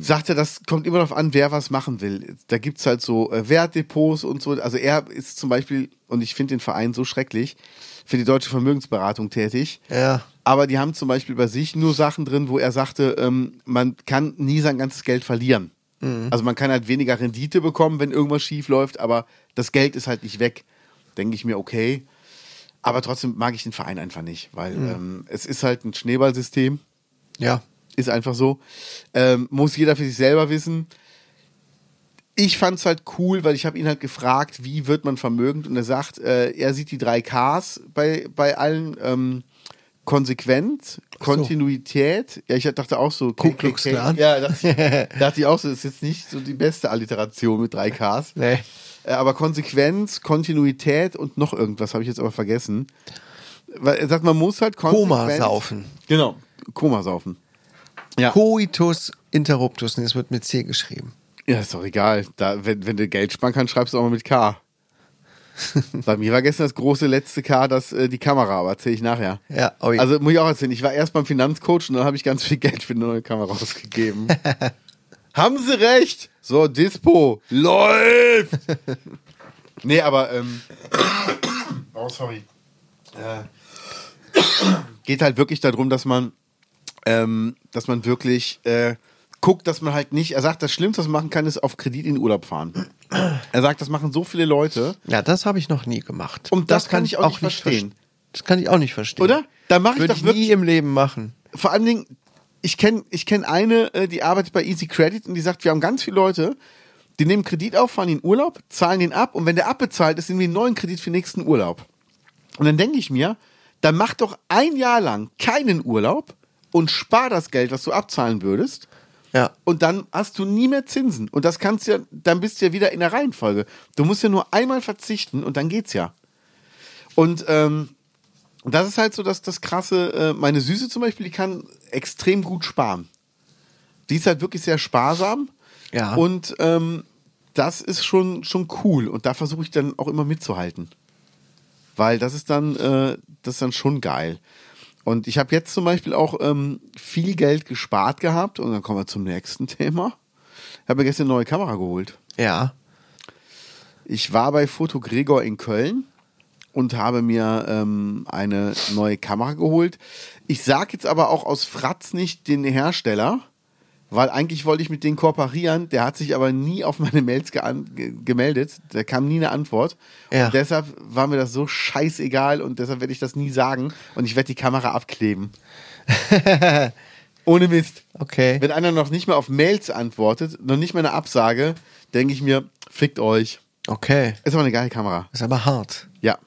Speaker 2: Sagt er, das kommt immer darauf an, wer was machen will. Da gibt es halt so äh, Wertdepots und so. Also er ist zum Beispiel, und ich finde den Verein so schrecklich, für die deutsche Vermögensberatung tätig.
Speaker 3: Ja.
Speaker 2: Aber die haben zum Beispiel bei sich nur Sachen drin, wo er sagte, ähm, man kann nie sein ganzes Geld verlieren. Also man kann halt weniger Rendite bekommen, wenn irgendwas schief läuft, aber das Geld ist halt nicht weg. Denke ich mir, okay. Aber trotzdem mag ich den Verein einfach nicht, weil ähm, es ist halt ein Schneeballsystem.
Speaker 3: Ja.
Speaker 2: Ist einfach so. Ähm, muss jeder für sich selber wissen. Ich fand es halt cool, weil ich habe ihn halt gefragt, wie wird man vermögend? Und er sagt, äh, er sieht die drei Ks bei, bei allen ähm, konsequent, Kontinuität. Ja, ich dachte auch so,
Speaker 3: Ku Klux
Speaker 2: KKK.
Speaker 3: Klan.
Speaker 2: Ja, dachte, ich- dachte ich auch so, ist jetzt nicht so die beste Alliteration mit drei Ks.
Speaker 3: Nee.
Speaker 2: Äh, aber Konsequenz, Kontinuität und noch irgendwas habe ich jetzt aber vergessen. Weil er sagt, man muss halt konsequent.
Speaker 3: Koma saufen.
Speaker 2: Genau. Koma saufen. Ja.
Speaker 3: Coitus interruptus. Nee, das wird mit C geschrieben.
Speaker 2: Ja, ist doch egal. Da, wenn, wenn du Geld sparen kannst, schreibst du auch mal mit K. Bei mir war gestern das große letzte K, das, äh, die Kamera, aber erzähle ich nachher.
Speaker 3: Ja, ui.
Speaker 2: Also muss ich auch erzählen, ich war erst beim Finanzcoach und dann habe ich ganz viel Geld für eine neue Kamera ausgegeben. Haben sie recht? So, Dispo, läuft! nee, aber, ähm, oh, sorry. Äh, geht halt wirklich darum, dass man ähm, dass man wirklich äh, guckt, dass man halt nicht. Er sagt, das Schlimmste, was man machen kann, ist auf Kredit in den Urlaub fahren. Er sagt, das machen so viele Leute,
Speaker 3: Ja, das habe ich noch nie gemacht.
Speaker 2: Und das kann ich auch nicht verstehen.
Speaker 3: vers- Das kann ich auch nicht verstehen.
Speaker 2: oder? Da mache ich
Speaker 3: Würde
Speaker 2: doch
Speaker 3: ich
Speaker 2: wirklich.
Speaker 3: nie im Leben machen.
Speaker 2: Vor allen Dingen, ich kenne ich kenn eine, äh, die arbeitet bei Easy Credit und die sagt, wir haben ganz viele Leute, die nehmen Kredit auf, fahren in den Urlaub, zahlen den ab und wenn der abbezahlt ist, nehmen wir einen neuen Kredit für den nächsten Urlaub. Und dann denke ich mir, dann mach doch ein Jahr lang keinen Urlaub und spar das Geld, was du abzahlen würdest.
Speaker 3: Ja.
Speaker 2: Und dann hast du nie mehr Zinsen. Und das kannst ja, dann bist du ja wieder in der Reihenfolge. Du musst ja nur einmal verzichten und dann geht's ja. Und ähm, das ist halt so, dass das krasse, äh, meine Süße zum Beispiel, die kann extrem gut sparen. Die ist halt wirklich sehr sparsam.
Speaker 3: Ja.
Speaker 2: Und ähm, das ist schon, schon cool. Und da versuche ich dann auch immer mitzuhalten. Weil das ist dann, äh, das ist dann schon geil. Und ich habe jetzt zum Beispiel auch ähm, viel Geld gespart gehabt. Und dann kommen wir zum nächsten Thema. Ich habe mir gestern eine neue Kamera geholt.
Speaker 3: Ja.
Speaker 2: Ich war bei Foto Gregor in Köln und habe mir ähm, eine neue Kamera geholt. Ich sage jetzt aber auch aus Fratz nicht den Hersteller, weil eigentlich wollte ich mit denen kooperieren. Der hat sich aber nie auf meine Mails gean- ge gemeldet. Da kam nie eine Antwort.
Speaker 3: Ja.
Speaker 2: Und deshalb war mir das so scheißegal und deshalb werde ich das nie sagen. Und ich werde die Kamera abkleben. Ohne Mist.
Speaker 3: Okay.
Speaker 2: Wenn einer noch nicht mal auf Mails antwortet, noch nicht mal eine Absage, denke ich mir, fickt euch.
Speaker 3: Okay.
Speaker 2: Ist aber eine geile Kamera.
Speaker 3: Ist aber hart.
Speaker 2: Ja.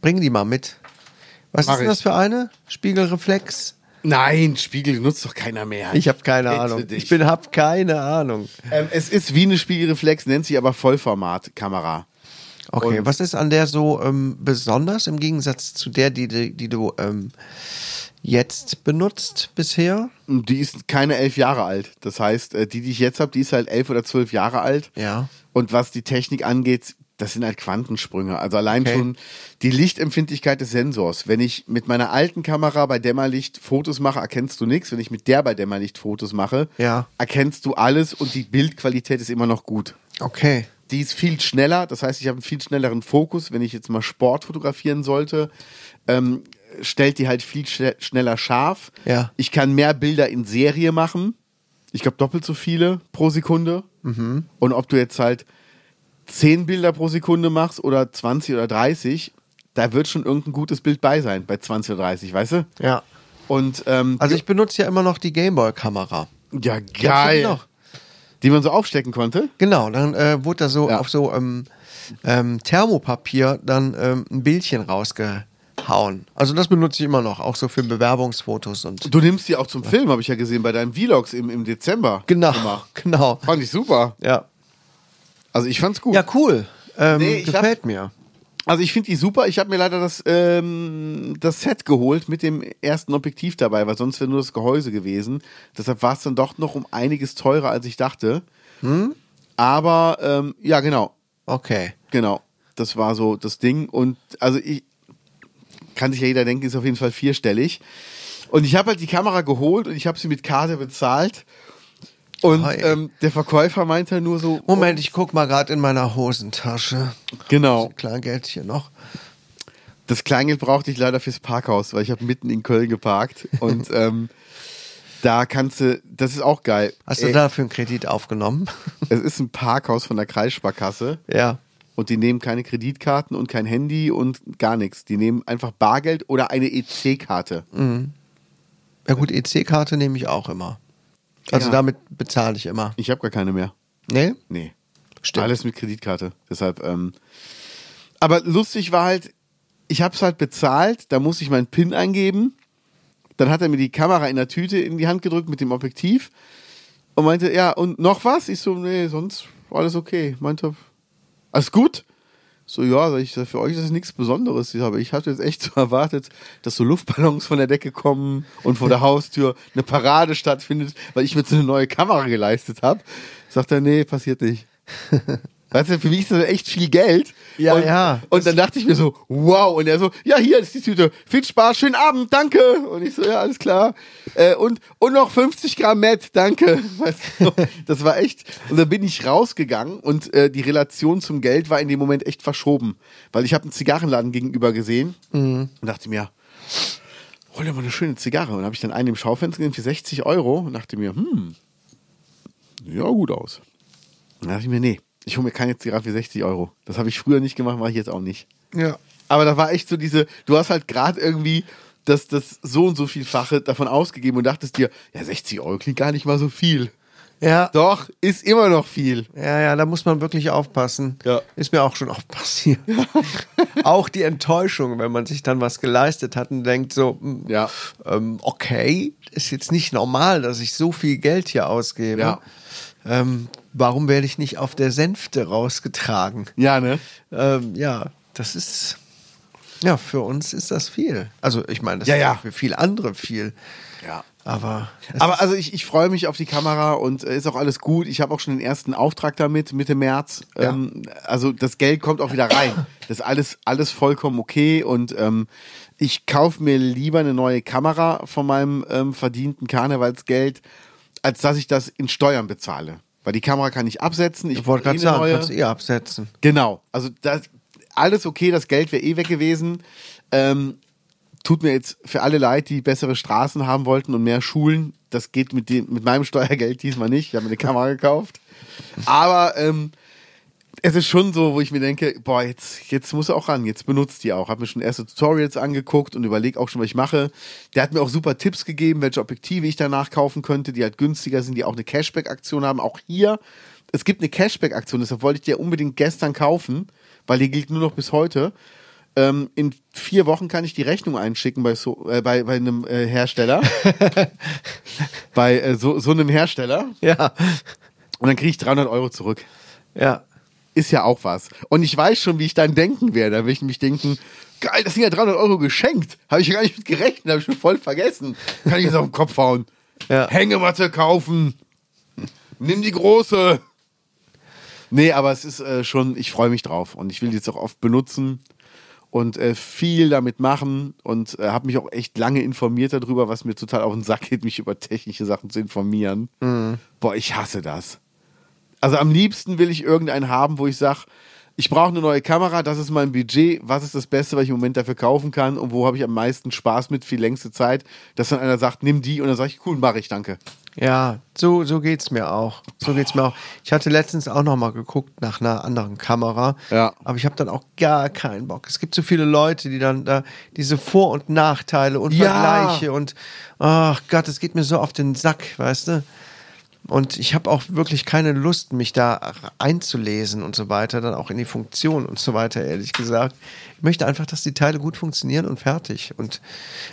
Speaker 3: Bring die mal mit. Was
Speaker 2: Mach
Speaker 3: ist denn
Speaker 2: ich.
Speaker 3: das für eine? Spiegelreflex?
Speaker 2: Nein, Spiegel nutzt doch keiner mehr.
Speaker 3: Ich habe keine
Speaker 2: Bitte
Speaker 3: Ahnung.
Speaker 2: dich.
Speaker 3: Ich bin hab keine Ahnung.
Speaker 2: ähm, es ist wie eine Spiegelreflex, nennt sich aber Vollformatkamera.
Speaker 3: Okay,
Speaker 2: Und-
Speaker 3: was ist an der so ähm, besonders im Gegensatz zu der, die, die, die du ähm, jetzt benutzt bisher?
Speaker 2: Und Die ist keine elf Jahre alt. Das heißt, äh, die, die ich jetzt habe, die ist halt elf oder zwölf Jahre alt.
Speaker 3: Ja.
Speaker 2: Und was die Technik angeht, das sind halt Quantensprünge. Also allein
Speaker 3: Okay.
Speaker 2: schon die Lichtempfindlichkeit des Sensors. Wenn ich mit meiner alten Kamera bei Dämmerlicht Fotos mache, erkennst du nichts. Wenn ich mit der bei Dämmerlicht Fotos mache,
Speaker 3: Ja.
Speaker 2: erkennst du alles und die Bildqualität ist immer noch gut.
Speaker 3: Okay.
Speaker 2: Die ist viel schneller, das heißt, ich habe einen viel schnelleren Fokus, wenn ich jetzt mal Sport fotografieren sollte. Ähm, stellt die halt viel schne- schneller scharf.
Speaker 3: Ja.
Speaker 2: Ich kann mehr Bilder in Serie machen. Ich glaube, doppelt so viele pro Sekunde.
Speaker 3: Mhm.
Speaker 2: Und ob du jetzt halt 10 Bilder pro Sekunde machst oder 20 oder 30, da wird schon irgendein gutes Bild bei sein, bei 20 oder 30, weißt du?
Speaker 3: Ja.
Speaker 2: Und, ähm,
Speaker 3: Also ich benutze ja immer noch die Gameboy-Kamera.
Speaker 2: ja,
Speaker 3: Die hab ich
Speaker 2: geil.
Speaker 3: Noch.
Speaker 2: Die man so aufstecken konnte.
Speaker 3: Genau, dann äh, wurde da so
Speaker 2: Ja.
Speaker 3: auf so ähm, ähm, Thermopapier dann ähm, ein Bildchen rausgehauen. Also das benutze ich immer noch, auch so für Bewerbungsfotos und.
Speaker 2: Du nimmst die auch zum Film, habe ich ja gesehen, bei deinen Vlogs im, im Dezember.
Speaker 3: Genau,
Speaker 2: gemacht.
Speaker 3: genau.
Speaker 2: Fand ich super.
Speaker 3: Ja,
Speaker 2: Also ich fand's gut.
Speaker 3: ja cool. Ähm,
Speaker 2: Nee, ich
Speaker 3: gefällt
Speaker 2: hab-
Speaker 3: mir.
Speaker 2: Also ich finde die super. Ich habe mir leider das, ähm, das Set geholt mit dem ersten Objektiv dabei, weil sonst wäre nur das Gehäuse gewesen. Deshalb war es dann doch noch um einiges teurer, als ich dachte. Aber ähm, ja, genau,
Speaker 3: Okay.
Speaker 2: genau. Das war so das Ding. Und also ich kann sich ja jeder denken, ist auf jeden Fall vierstellig. Und ich habe halt die Kamera geholt und ich habe sie mit Karte bezahlt. Und
Speaker 3: Hi.
Speaker 2: ähm, der Verkäufer meinte nur so,
Speaker 3: Moment, ich guck mal gerade in meiner Hosentasche.
Speaker 2: genau.
Speaker 3: Kleingeld hier noch.
Speaker 2: Das Kleingeld brauchte ich leider fürs Parkhaus, weil ich habe mitten in Köln geparkt und ähm, da kannst du, das ist auch geil.
Speaker 3: Hast du
Speaker 2: Ey,
Speaker 3: dafür einen Kredit aufgenommen?
Speaker 2: Es ist ein Parkhaus von der Kreissparkasse
Speaker 3: ja.
Speaker 2: und die nehmen keine Kreditkarten und kein Handy und gar nichts. Die nehmen einfach Bargeld oder eine E EC-Karte.
Speaker 3: Mhm. Ja gut, EC-Karte nehme ich auch immer. Also
Speaker 2: Ja.
Speaker 3: damit bezahle ich immer.
Speaker 2: Ich habe gar keine mehr.
Speaker 3: Nee?
Speaker 2: Nee.
Speaker 3: Stimmt.
Speaker 2: Alles mit Kreditkarte. Deshalb, ähm, aber lustig war halt, ich habe es halt bezahlt, da muss ich meinen PIN eingeben. Dann hat er mir die Kamera in der Tüte in die Hand gedrückt mit dem Objektiv und meinte, ja, und noch was? Ich so, nee, sonst alles okay. Meinte, alles gut? So, ja, sag ich, für euch ist das nichts Besonderes. Ich, habe, ich hatte jetzt echt so erwartet, dass so Luftballons von der Decke kommen und vor der Haustür eine Parade stattfindet, weil ich mir so eine neue Kamera geleistet habe. Sagt er, nee, passiert nicht. Weißt du, für mich ist das echt viel Geld.
Speaker 3: Ja,
Speaker 2: und,
Speaker 3: ja.
Speaker 2: Und dann dachte ich mir so, wow. Und er so, ja, hier ist die Tüte. Viel Spaß, schönen Abend, danke. Und ich so, ja, alles klar. Äh, und, und noch 50 Gramm Met, danke. Weißt du, das war echt. Und dann bin ich rausgegangen und äh, die Relation zum Geld war in dem Moment echt verschoben. Weil ich habe einen Zigarrenladen gegenüber gesehen
Speaker 3: Mhm.
Speaker 2: und dachte mir, hol dir mal eine schöne Zigarre. Und habe ich dann einen im Schaufenster gesehen für 60 Euro und dachte mir, hm, ja, gut aus. Dann dachte ich mir, nee, ich hole mir keine Zigarre für 60 Euro. Das habe ich früher nicht gemacht, mache ich jetzt auch nicht.
Speaker 3: Ja.
Speaker 2: Aber da war echt so diese, du hast halt gerade irgendwie das, das so und so vielfache davon ausgegeben und dachtest dir, ja, 60 Euro klingt gar nicht mal so viel.
Speaker 3: Ja.
Speaker 2: Doch, ist immer noch viel.
Speaker 3: Ja, ja, da muss man wirklich aufpassen.
Speaker 2: Ja.
Speaker 3: Ist mir auch schon oft passiert. auch die Enttäuschung, wenn man sich dann was geleistet hat und denkt so, hm,
Speaker 2: Ja.
Speaker 3: ähm, okay, ist jetzt nicht normal, dass ich so viel Geld hier ausgebe.
Speaker 2: Ja.
Speaker 3: Ähm, warum werde ich nicht auf der Sänfte rausgetragen?
Speaker 2: Ja, ne?
Speaker 3: Ähm, ja, das ist, ja, für uns ist das viel. Also ich meine, das
Speaker 2: Ja,
Speaker 3: ist
Speaker 2: ja.
Speaker 3: auch für viele andere viel.
Speaker 2: Ja.
Speaker 3: Aber, es
Speaker 2: Aber also ich, ich freue mich auf die Kamera und äh, ist auch alles gut. Ich habe auch schon den ersten Auftrag damit, Mitte März. Ähm, also das Geld kommt auch wieder rein. Das ist alles, alles vollkommen okay und ähm, ich kaufe mir lieber eine neue Kamera von meinem ähm, verdienten Karnevalsgeld, als dass ich das in Steuern bezahle. Weil die Kamera kann ich absetzen. Ich
Speaker 3: ich wollte
Speaker 2: brauche eh
Speaker 3: gerade
Speaker 2: eine
Speaker 3: sagen,
Speaker 2: neue.
Speaker 3: kannst du eh absetzen.
Speaker 2: Genau. Also das, alles okay, das Geld wäre eh weg gewesen. Ähm, tut mir jetzt für alle leid, die bessere Straßen haben wollten und mehr Schulen. Das geht mit, dem, mit meinem Steuergeld diesmal nicht. Ich habe mir eine Kamera gekauft. Aber ähm, es ist schon so, wo ich mir denke, boah, jetzt, jetzt muss er auch ran, jetzt benutzt die auch. Hab mir schon erste Tutorials angeguckt und überlege auch schon, was ich mache. Der hat mir auch super Tipps gegeben, welche Objektive ich danach kaufen könnte, die halt günstiger sind, die auch eine Cashback-Aktion haben. Auch hier, es gibt eine Cashback-Aktion, deshalb wollte ich die ja unbedingt gestern kaufen, weil die gilt nur noch bis heute. Ähm, in vier Wochen kann ich die Rechnung einschicken bei, so, äh, bei, bei einem äh, Hersteller. bei äh, so, so einem Hersteller.
Speaker 3: Ja,
Speaker 2: Und dann kriege ich 300 Euro zurück
Speaker 3: ja.
Speaker 2: ist ja auch was. Und ich weiß schon, wie ich dann denken werde. Da werde ich mich denken, geil, das sind ja 300 Euro geschenkt. Habe ich ja gar nicht mit gerechnet, habe ich schon voll vergessen. Kann ich jetzt auf den Kopf hauen.
Speaker 3: Ja.
Speaker 2: Hängematte kaufen. Nimm die große. Nee, aber es ist äh, schon, ich freue mich drauf. Und ich will die jetzt auch oft benutzen und äh, viel damit machen. Und äh, habe mich auch echt lange informiert darüber, was mir total auf den Sack geht, mich über technische Sachen zu informieren. Boah, ich hasse das. Also am liebsten will ich irgendeinen haben, wo ich sage, ich brauche eine neue Kamera, das ist mein Budget, was ist das Beste, was ich im Moment dafür kaufen kann und wo habe ich am meisten Spaß mit, viel längste Zeit, dass dann einer sagt, nimm die und dann sage ich, cool, mache ich, danke.
Speaker 3: Ja, so, so geht's mir auch. So geht's mir auch. Ich hatte letztens auch nochmal geguckt nach einer anderen Kamera.
Speaker 2: Ja.
Speaker 3: Aber ich habe dann auch gar keinen Bock. Es gibt so viele Leute, die dann da diese Vor- und Nachteile und
Speaker 2: Ja.
Speaker 3: Vergleiche und ach Gott, es geht mir so auf den Sack, weißt du? Und ich habe auch wirklich keine Lust, mich da einzulesen und so weiter, dann auch in die Funktion und so weiter, ehrlich gesagt. Ich möchte einfach, dass die Teile gut funktionieren und fertig. Und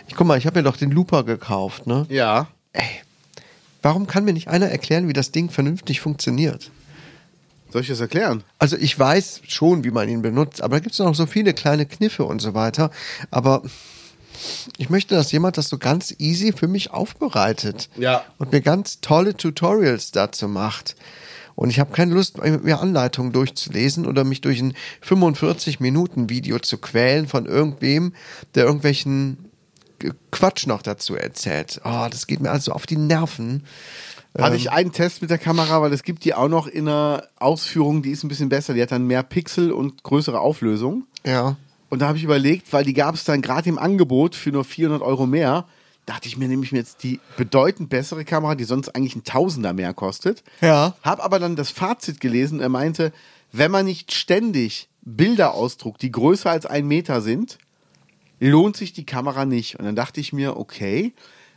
Speaker 3: ich guck mal, ich habe mir doch den Looper gekauft, ne?
Speaker 2: Ja.
Speaker 3: Warum kann mir nicht einer erklären, wie das Ding vernünftig funktioniert?
Speaker 2: Soll ich das erklären?
Speaker 3: Also ich weiß schon, wie man ihn benutzt, aber da gibt es noch so viele kleine Kniffe und so weiter. Aber ich möchte, dass jemand das so ganz easy für mich aufbereitet.
Speaker 2: Ja.
Speaker 3: Und mir ganz tolle Tutorials dazu macht. Und ich habe keine Lust, mir Anleitungen durchzulesen oder mich durch ein 45-Minuten-Video zu quälen von irgendwem, der irgendwelchen G- Quatsch noch dazu erzählt. Oh, das geht mir also auf die Nerven.
Speaker 2: Hatte ich einen Test mit der Kamera, weil es gibt die auch noch in einer Ausführung, die ist ein bisschen besser. Die hat dann mehr Pixel und größere Auflösung.
Speaker 3: Ja.
Speaker 2: Und da habe ich überlegt, weil die gab es dann gerade im Angebot für nur 400 Euro mehr. Dachte ich mir, nehme ich mir jetzt die bedeutend bessere Kamera, die sonst eigentlich ein Tausender mehr kostet.
Speaker 3: Ja.
Speaker 2: Hab aber dann das Fazit gelesen. Er meinte, wenn man nicht ständig Bilder ausdruckt, die größer als ein Meter sind, lohnt sich die Kamera nicht. Und dann dachte ich mir, okay,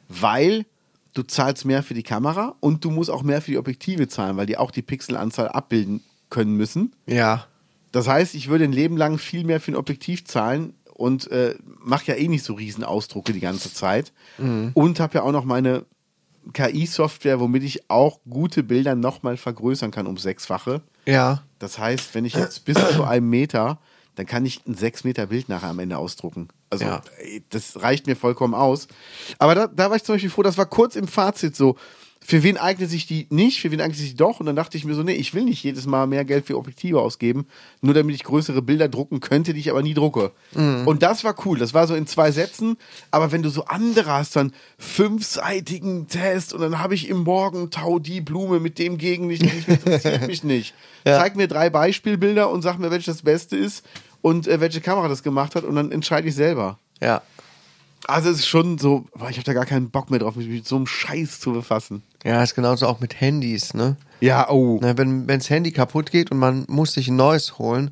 Speaker 2: weil du zahlst mehr für die Kamera und du musst auch mehr für die Objektive zahlen, weil die auch die Pixelanzahl abbilden können müssen.
Speaker 3: Ja.
Speaker 2: Das heißt, ich würde ein Leben lang viel mehr für ein Objektiv zahlen und äh, mache ja eh nicht so riesen Ausdrucke die ganze Zeit. Und habe ja auch noch meine KI-Software, womit ich auch gute Bilder nochmal vergrößern kann um sechsfache.
Speaker 3: Ja.
Speaker 2: Das heißt, wenn ich jetzt bis zu einem Meter, dann kann ich ein sechs Meter Bild nachher am Ende ausdrucken. Also
Speaker 3: Ja.
Speaker 2: ey, das reicht mir vollkommen aus. Aber da, da war ich zum Beispiel froh, das war kurz im Fazit so. Für wen eignet sich die nicht, für wen eignet sich die doch? Und dann dachte ich mir so, nee, ich will nicht jedes Mal mehr Geld für Objektive ausgeben, nur damit ich größere Bilder drucken könnte, die ich aber nie drucke. Und das war cool, das war so in zwei Sätzen, aber wenn du so andere hast, dann fünfseitigen Test und dann habe ich im Morgentau die Blume mit dem Gegenlicht, das interessiert mich nicht. Zeig mir drei Beispielbilder und sag mir, welches das Beste ist und äh, welche Kamera das gemacht hat und dann entscheide ich selber.
Speaker 3: Ja.
Speaker 2: Also es ist schon so, boah, ich habe da gar keinen Bock mehr drauf, mich mit so einem Scheiß zu befassen.
Speaker 3: Ja, ist genauso auch mit Handys, ne?
Speaker 2: Ja, oh.
Speaker 3: Na, wenn wenns Handy kaputt geht und man muss sich ein neues holen,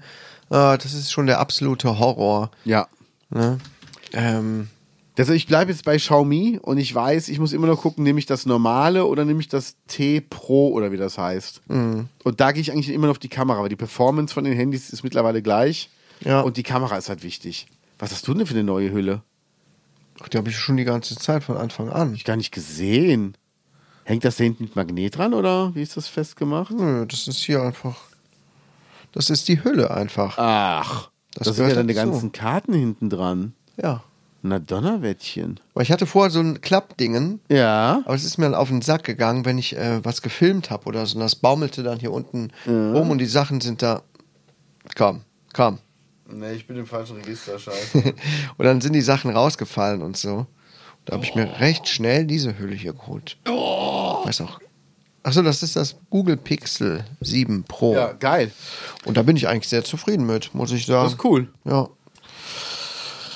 Speaker 3: äh, das ist schon der absolute Horror.
Speaker 2: Ja.
Speaker 3: Ne? Ähm,
Speaker 2: Also ich bleibe jetzt bei Xiaomi und ich weiß, ich muss immer noch gucken, nehme ich das normale oder nehme ich das T Pro oder wie das heißt.
Speaker 3: Mhm.
Speaker 2: Und da gehe ich eigentlich immer noch auf die Kamera, weil die Performance von den Handys ist mittlerweile gleich.
Speaker 3: Ja.
Speaker 2: Und die Kamera ist halt wichtig. Was hast du denn für eine neue Hülle?
Speaker 3: ach, die habe ich schon die ganze Zeit von Anfang an.
Speaker 2: Ich gar nicht gesehen. Hängt das da hinten mit Magnet dran oder wie ist das festgemacht?
Speaker 3: Nö, das ist hier einfach. Das ist die Hülle einfach.
Speaker 2: Ach, das,
Speaker 3: Das
Speaker 2: sind ja
Speaker 3: gehört
Speaker 2: dann die
Speaker 3: dazu.
Speaker 2: ganzen Karten hinten dran.
Speaker 3: Ja.
Speaker 2: Na Donnerwettchen.
Speaker 3: Weil ich hatte vorher so ein Klappdingen,
Speaker 2: Ja.
Speaker 3: aber es ist mir dann auf den Sack gegangen, wenn ich äh, was gefilmt habe oder so. Und das baumelte dann hier unten rum und die Sachen sind da. Komm, komm.
Speaker 2: Nee, ich bin im falschen Register, scheiße.
Speaker 3: und dann sind die Sachen rausgefallen und so. Da habe ich mir recht schnell diese Hülle hier geholt.
Speaker 2: Oh.
Speaker 3: Weiß auch. Achso, das ist das Google Pixel 7 Pro.
Speaker 2: ja, geil.
Speaker 3: Und da bin ich eigentlich sehr zufrieden mit, muss ich sagen.
Speaker 2: Das ist cool.
Speaker 3: Ja.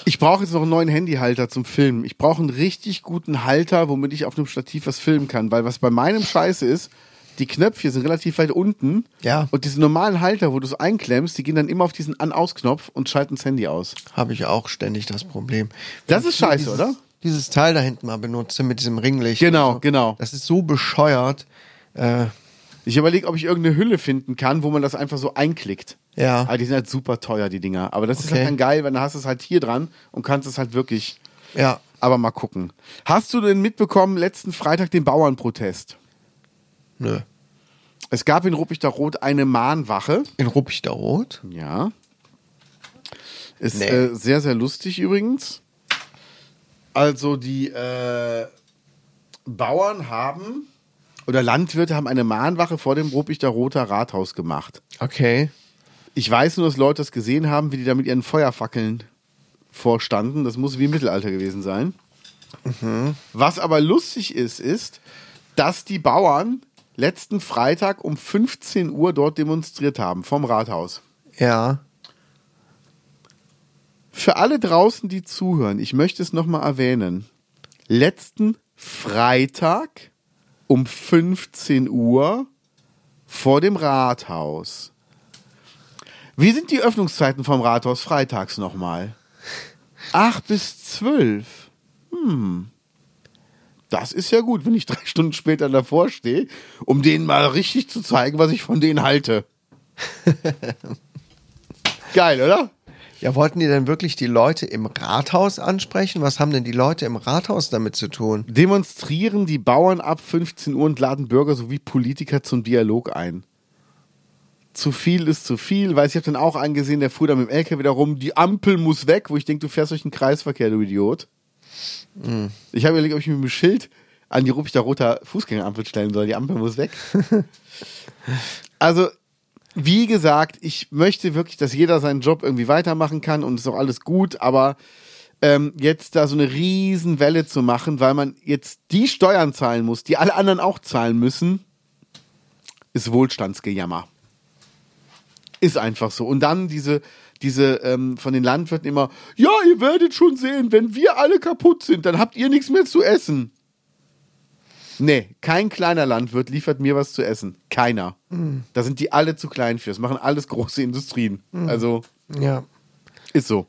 Speaker 2: Ich brauche jetzt noch einen neuen Handyhalter zum Filmen. Ich brauche einen richtig guten Halter, womit ich auf einem Stativ was filmen kann. Weil was bei meinem Scheiße ist, die Knöpfe sind relativ weit unten.
Speaker 3: Ja.
Speaker 2: Und diese normalen Halter, wo du es einklemmst, die gehen dann immer auf diesen An-Aus-Knopf und schalten das Handy aus.
Speaker 3: Habe ich auch ständig das Problem.
Speaker 2: Das
Speaker 3: Wenn
Speaker 2: ist
Speaker 3: ich nur
Speaker 2: scheiße,
Speaker 3: dieses,
Speaker 2: oder?
Speaker 3: Dieses Teil da hinten mal benutze mit diesem Ringlicht.
Speaker 2: Genau,
Speaker 3: und so.
Speaker 2: genau.
Speaker 3: Das ist so bescheuert. Äh,
Speaker 2: Ich überlege, ob ich irgendeine Hülle finden kann, wo man das einfach so einklickt.
Speaker 3: Ja.
Speaker 2: Aber die sind halt super teuer, die Dinger. Aber das ist halt
Speaker 3: Okay.
Speaker 2: dann geil, weil dann hast du es halt hier dran und kannst es halt wirklich.
Speaker 3: ja.
Speaker 2: Aber mal gucken. Hast du denn mitbekommen, letzten Freitag den Bauernprotest?
Speaker 3: Nö.
Speaker 2: Es gab in Ruppichter Rot eine Mahnwache.
Speaker 3: In Ruppig da Rot?
Speaker 2: Ja. Ist
Speaker 3: Nee.
Speaker 2: äh, sehr, sehr lustig übrigens. Also die äh, Bauern haben oder Landwirte haben eine Mahnwache vor dem Ruppichter Roter Rathaus gemacht.
Speaker 3: Okay.
Speaker 2: Ich weiß nur, dass Leute das gesehen haben, wie die da mit ihren Feuerfackeln vorstanden. Das muss wie im Mittelalter gewesen sein. Was aber lustig ist, ist, dass die Bauern letzten Freitag um 15 Uhr dort demonstriert haben vom Rathaus.
Speaker 3: Ja.
Speaker 2: Für alle draußen, die zuhören, ich möchte es nochmal erwähnen. Letzten Freitag um 15 Uhr vor dem Rathaus. Wie sind die Öffnungszeiten vom Rathaus freitags nochmal? 8 bis 12. Hm. Das ist ja gut, wenn ich drei Stunden später davor stehe, um denen mal richtig zu zeigen, was ich von denen halte. Geil, oder?
Speaker 3: Ja, wollten die denn wirklich die Leute im Rathaus ansprechen? Was haben denn die Leute im Rathaus damit zu tun?
Speaker 2: Demonstrieren die Bauern ab 15 Uhr und laden Bürger sowie Politiker zum Dialog ein. Zu viel ist zu viel, weil ich habe dann auch angesehen, der fuhr da mit dem LKW da rum, die Ampel muss weg, wo ich denke, du fährst durch den Kreisverkehr, du Idiot. Ich habe überlegt, ob ich mir ein Schild an die Ruppichter roter Fußgängerampel stellen soll, die Ampel muss weg. also, wie gesagt, ich möchte wirklich, dass jeder seinen Job irgendwie weitermachen kann und ist auch alles gut, aber ähm, jetzt da so eine riesen Welle zu machen, weil man jetzt die Steuern zahlen muss, die alle anderen auch zahlen müssen, ist Wohlstandsgejammer. Ist einfach so. Und dann diese, diese ähm, von den Landwirten immer, ja, ihr werdet schon sehen, wenn wir alle kaputt sind, dann habt ihr nichts mehr zu essen. Nee, kein kleiner Landwirt liefert mir was zu essen. Keiner. Da sind die alle zu klein für. Das machen alles große Industrien. Also,
Speaker 3: Ja.
Speaker 2: ist so.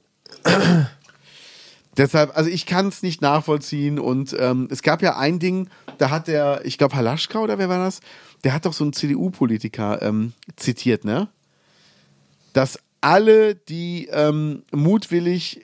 Speaker 2: Deshalb, also ich kann es nicht nachvollziehen. Und ähm, es gab ja ein Ding, da hat der, ich glaube, Halaschka oder wer war das? Der hat doch so einen CDU-Politiker ähm, zitiert, ne? Dass alle, die ähm, mutwillig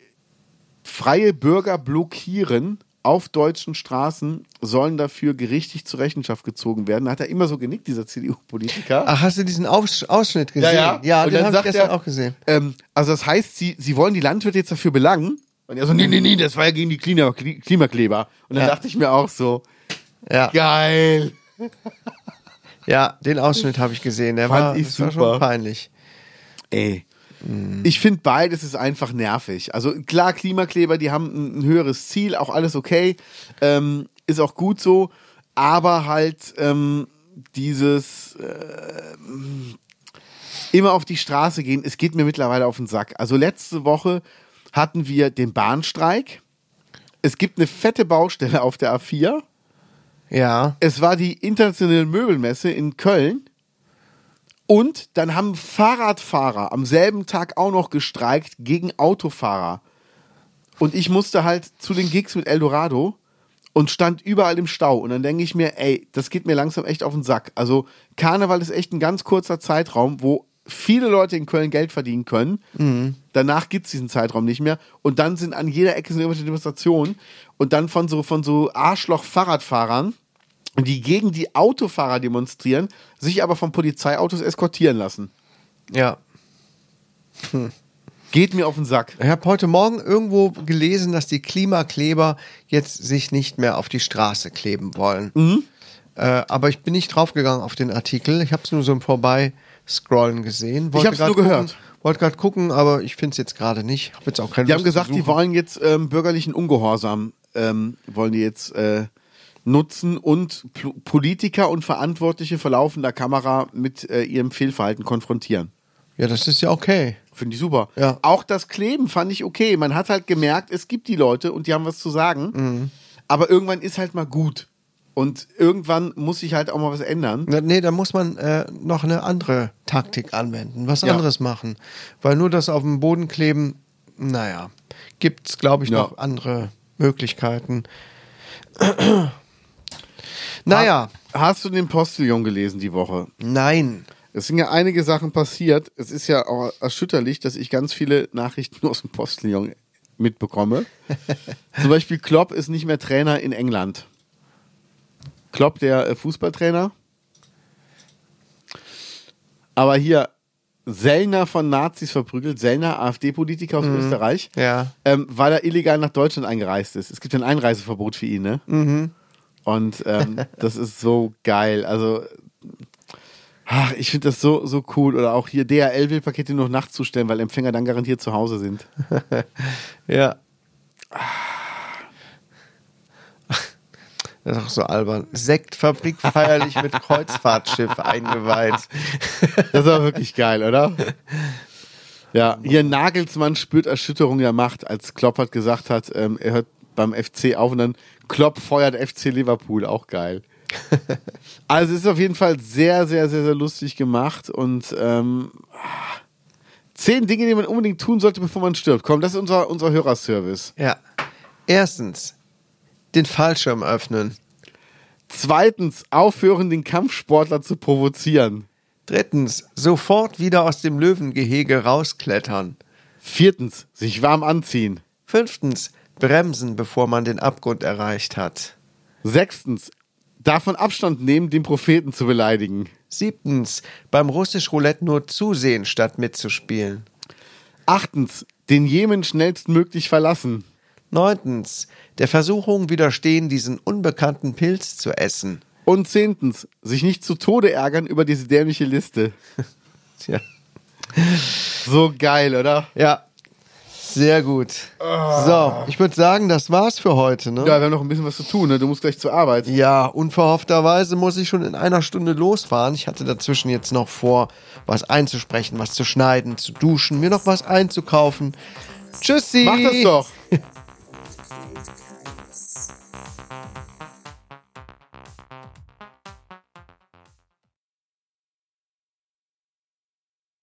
Speaker 2: freie Bürger blockieren auf deutschen Straßen, sollen dafür gerichtlich zur Rechenschaft gezogen werden. Da hat er immer so genickt, dieser CDU-Politiker.
Speaker 3: Ach, hast du diesen Aus Ausschnitt gesehen?
Speaker 2: Ja, ja. Und
Speaker 3: den
Speaker 2: dann
Speaker 3: habe ich
Speaker 2: sagt
Speaker 3: gestern
Speaker 2: er,
Speaker 3: auch gesehen.
Speaker 2: Ähm, also das heißt, sie, sie wollen die Landwirte jetzt dafür belangen. Und er so, nee, nee, nee, das war ja gegen die Klima Kli- Klimakleber. Und dann
Speaker 3: Ja.
Speaker 2: dachte ich mir auch so,
Speaker 3: Ja, ja.
Speaker 2: geil.
Speaker 3: den Ausschnitt habe ich gesehen. Der
Speaker 2: Fand
Speaker 3: war,
Speaker 2: ich
Speaker 3: das war
Speaker 2: super.
Speaker 3: schon peinlich.
Speaker 2: Ey. Mhm. Ich finde beides ist einfach nervig. Also klar, Klimakleber, die haben ein, ein höheres Ziel, auch alles okay. Ähm, ist auch gut so. Aber halt ähm, dieses äh, immer auf die Straße gehen, es geht mir mittlerweile auf den Sack. Also letzte Woche hatten wir den Bahnstreik. Es gibt eine fette Baustelle auf der A4.
Speaker 3: Ja.
Speaker 2: Es war die internationale Möbelmesse in Köln. Und dann haben Fahrradfahrer am selben Tag auch noch gestreikt gegen Autofahrer. Und ich musste halt zu den Gigs mit Eldorado und stand überall im Stau. Und dann denke ich mir, ey, das geht mir langsam echt auf den Sack. Also Karneval ist echt ein ganz kurzer Zeitraum, wo viele Leute in Köln Geld verdienen können. Danach gibt es diesen Zeitraum nicht mehr. Und dann sind an jeder Ecke sind irgendwelche Demonstrationen. Und dann von so, von so Arschloch-Fahrradfahrern, die gegen die Autofahrer demonstrieren, sich aber von Polizeiautos eskortieren lassen.
Speaker 3: Ja.
Speaker 2: Geht mir auf den Sack.
Speaker 3: Ich habe heute Morgen irgendwo gelesen, dass die Klimakleber jetzt sich nicht mehr auf die Straße kleben wollen.
Speaker 2: Mhm.
Speaker 3: Äh, aber ich bin nicht draufgegangen auf den Artikel. Ich habe es nur so im Vorbeiscrollen gesehen. Wollte
Speaker 2: hab's
Speaker 3: grad
Speaker 2: nur
Speaker 3: gucken,
Speaker 2: gehört.
Speaker 3: Wollte gerade gucken, aber ich finde es jetzt gerade nicht. Hab jetzt auch keine
Speaker 2: Die
Speaker 3: Lust
Speaker 2: haben gesagt,
Speaker 3: zu
Speaker 2: die
Speaker 3: suchen.
Speaker 2: wollen jetzt ähm, bürgerlichen Ungehorsam, ähm, wollen die jetzt äh, nutzen und Pl- Politiker und Verantwortliche vor laufender Kamera mit äh, ihrem Fehlverhalten konfrontieren.
Speaker 3: Ja, das ist ja okay.
Speaker 2: Finde ich super.
Speaker 3: Ja.
Speaker 2: Auch das Kleben fand ich okay. Man hat halt gemerkt, es gibt die Leute und die haben was zu sagen.
Speaker 3: Mhm.
Speaker 2: Aber irgendwann ist halt mal gut. Und irgendwann muss sich halt auch mal was ändern.
Speaker 3: Na, Nee, da muss man äh, noch eine andere Taktik anwenden, was
Speaker 2: Ja.
Speaker 3: anderes machen. Weil nur das auf dem Boden kleben, naja, gibt es, glaube ich,
Speaker 2: Ja.
Speaker 3: noch andere Möglichkeiten.
Speaker 2: Ah.
Speaker 3: naja,
Speaker 2: Hast du den Postillon gelesen die Woche?
Speaker 3: nein.
Speaker 2: Es sind ja einige Sachen passiert. Es ist ja auch erschütterlich, dass ich ganz viele Nachrichten nur aus dem Postillon mitbekomme. Zum Beispiel Klopp ist nicht mehr Trainer in England. Klopp, der äh, Fußballtrainer. Aber hier, Sellner von Nazis verprügelt, Sellner, AfD-Politiker aus Österreich,
Speaker 3: Ja.
Speaker 2: ähm, weil er illegal nach Deutschland eingereist ist. Es gibt ja ein Einreiseverbot für ihn, ne? Und ähm, das ist so geil. Also, ach, ich finde das so, so cool. Oder auch hier, DHL will Pakete nur noch nachts zustellen, weil Empfänger dann garantiert zu Hause sind.
Speaker 3: Ja. Das ist auch so albern. Sektfabrik feierlich mit Kreuzfahrtschiff eingeweiht.
Speaker 2: Das war wirklich geil, oder? Ja, hier Nagelsmann spürt Erschütterung der Macht, als Klopp hat gesagt hat, ähm, er hört beim FC auf und dann Klopp feuert FC Liverpool, auch geil. also es ist auf jeden Fall sehr, sehr, sehr, sehr lustig gemacht und ähm, zehn Dinge, die man unbedingt tun sollte, bevor man stirbt. Komm, das ist unser, unser Hörerservice.
Speaker 3: Ja. Erstens, den Fallschirm öffnen.
Speaker 2: Zweitens, aufhören, den Kampfsportler zu provozieren.
Speaker 3: Drittens, sofort wieder aus dem Löwengehege rausklettern.
Speaker 2: Viertens, sich warm anziehen.
Speaker 3: Fünftens, bremsen, bevor man den Abgrund erreicht hat.
Speaker 2: Sechstens, davon Abstand nehmen, den Propheten zu beleidigen.
Speaker 3: Siebtens, beim russisch Roulette nur zusehen, statt mitzuspielen.
Speaker 2: Achtens, den Jemen schnellstmöglich verlassen.
Speaker 3: Neuntens, der Versuchung widerstehen, diesen unbekannten Pilz zu essen.
Speaker 2: Und zehntens, sich nicht zu Tode ärgern über diese dämliche Liste.
Speaker 3: Tja.
Speaker 2: So geil, oder?
Speaker 3: Ja, sehr gut. So, ich würde sagen, das war's für heute. Ne?
Speaker 2: Ja, wir haben noch ein bisschen was zu tun, ne? Du musst gleich zur Arbeit.
Speaker 3: Ja, unverhoffterweise muss ich schon in einer Stunde losfahren. Ich hatte dazwischen jetzt noch vor, was einzusprechen, was zu schneiden, zu duschen, mir noch was einzukaufen. Tschüssi.
Speaker 2: Mach das doch.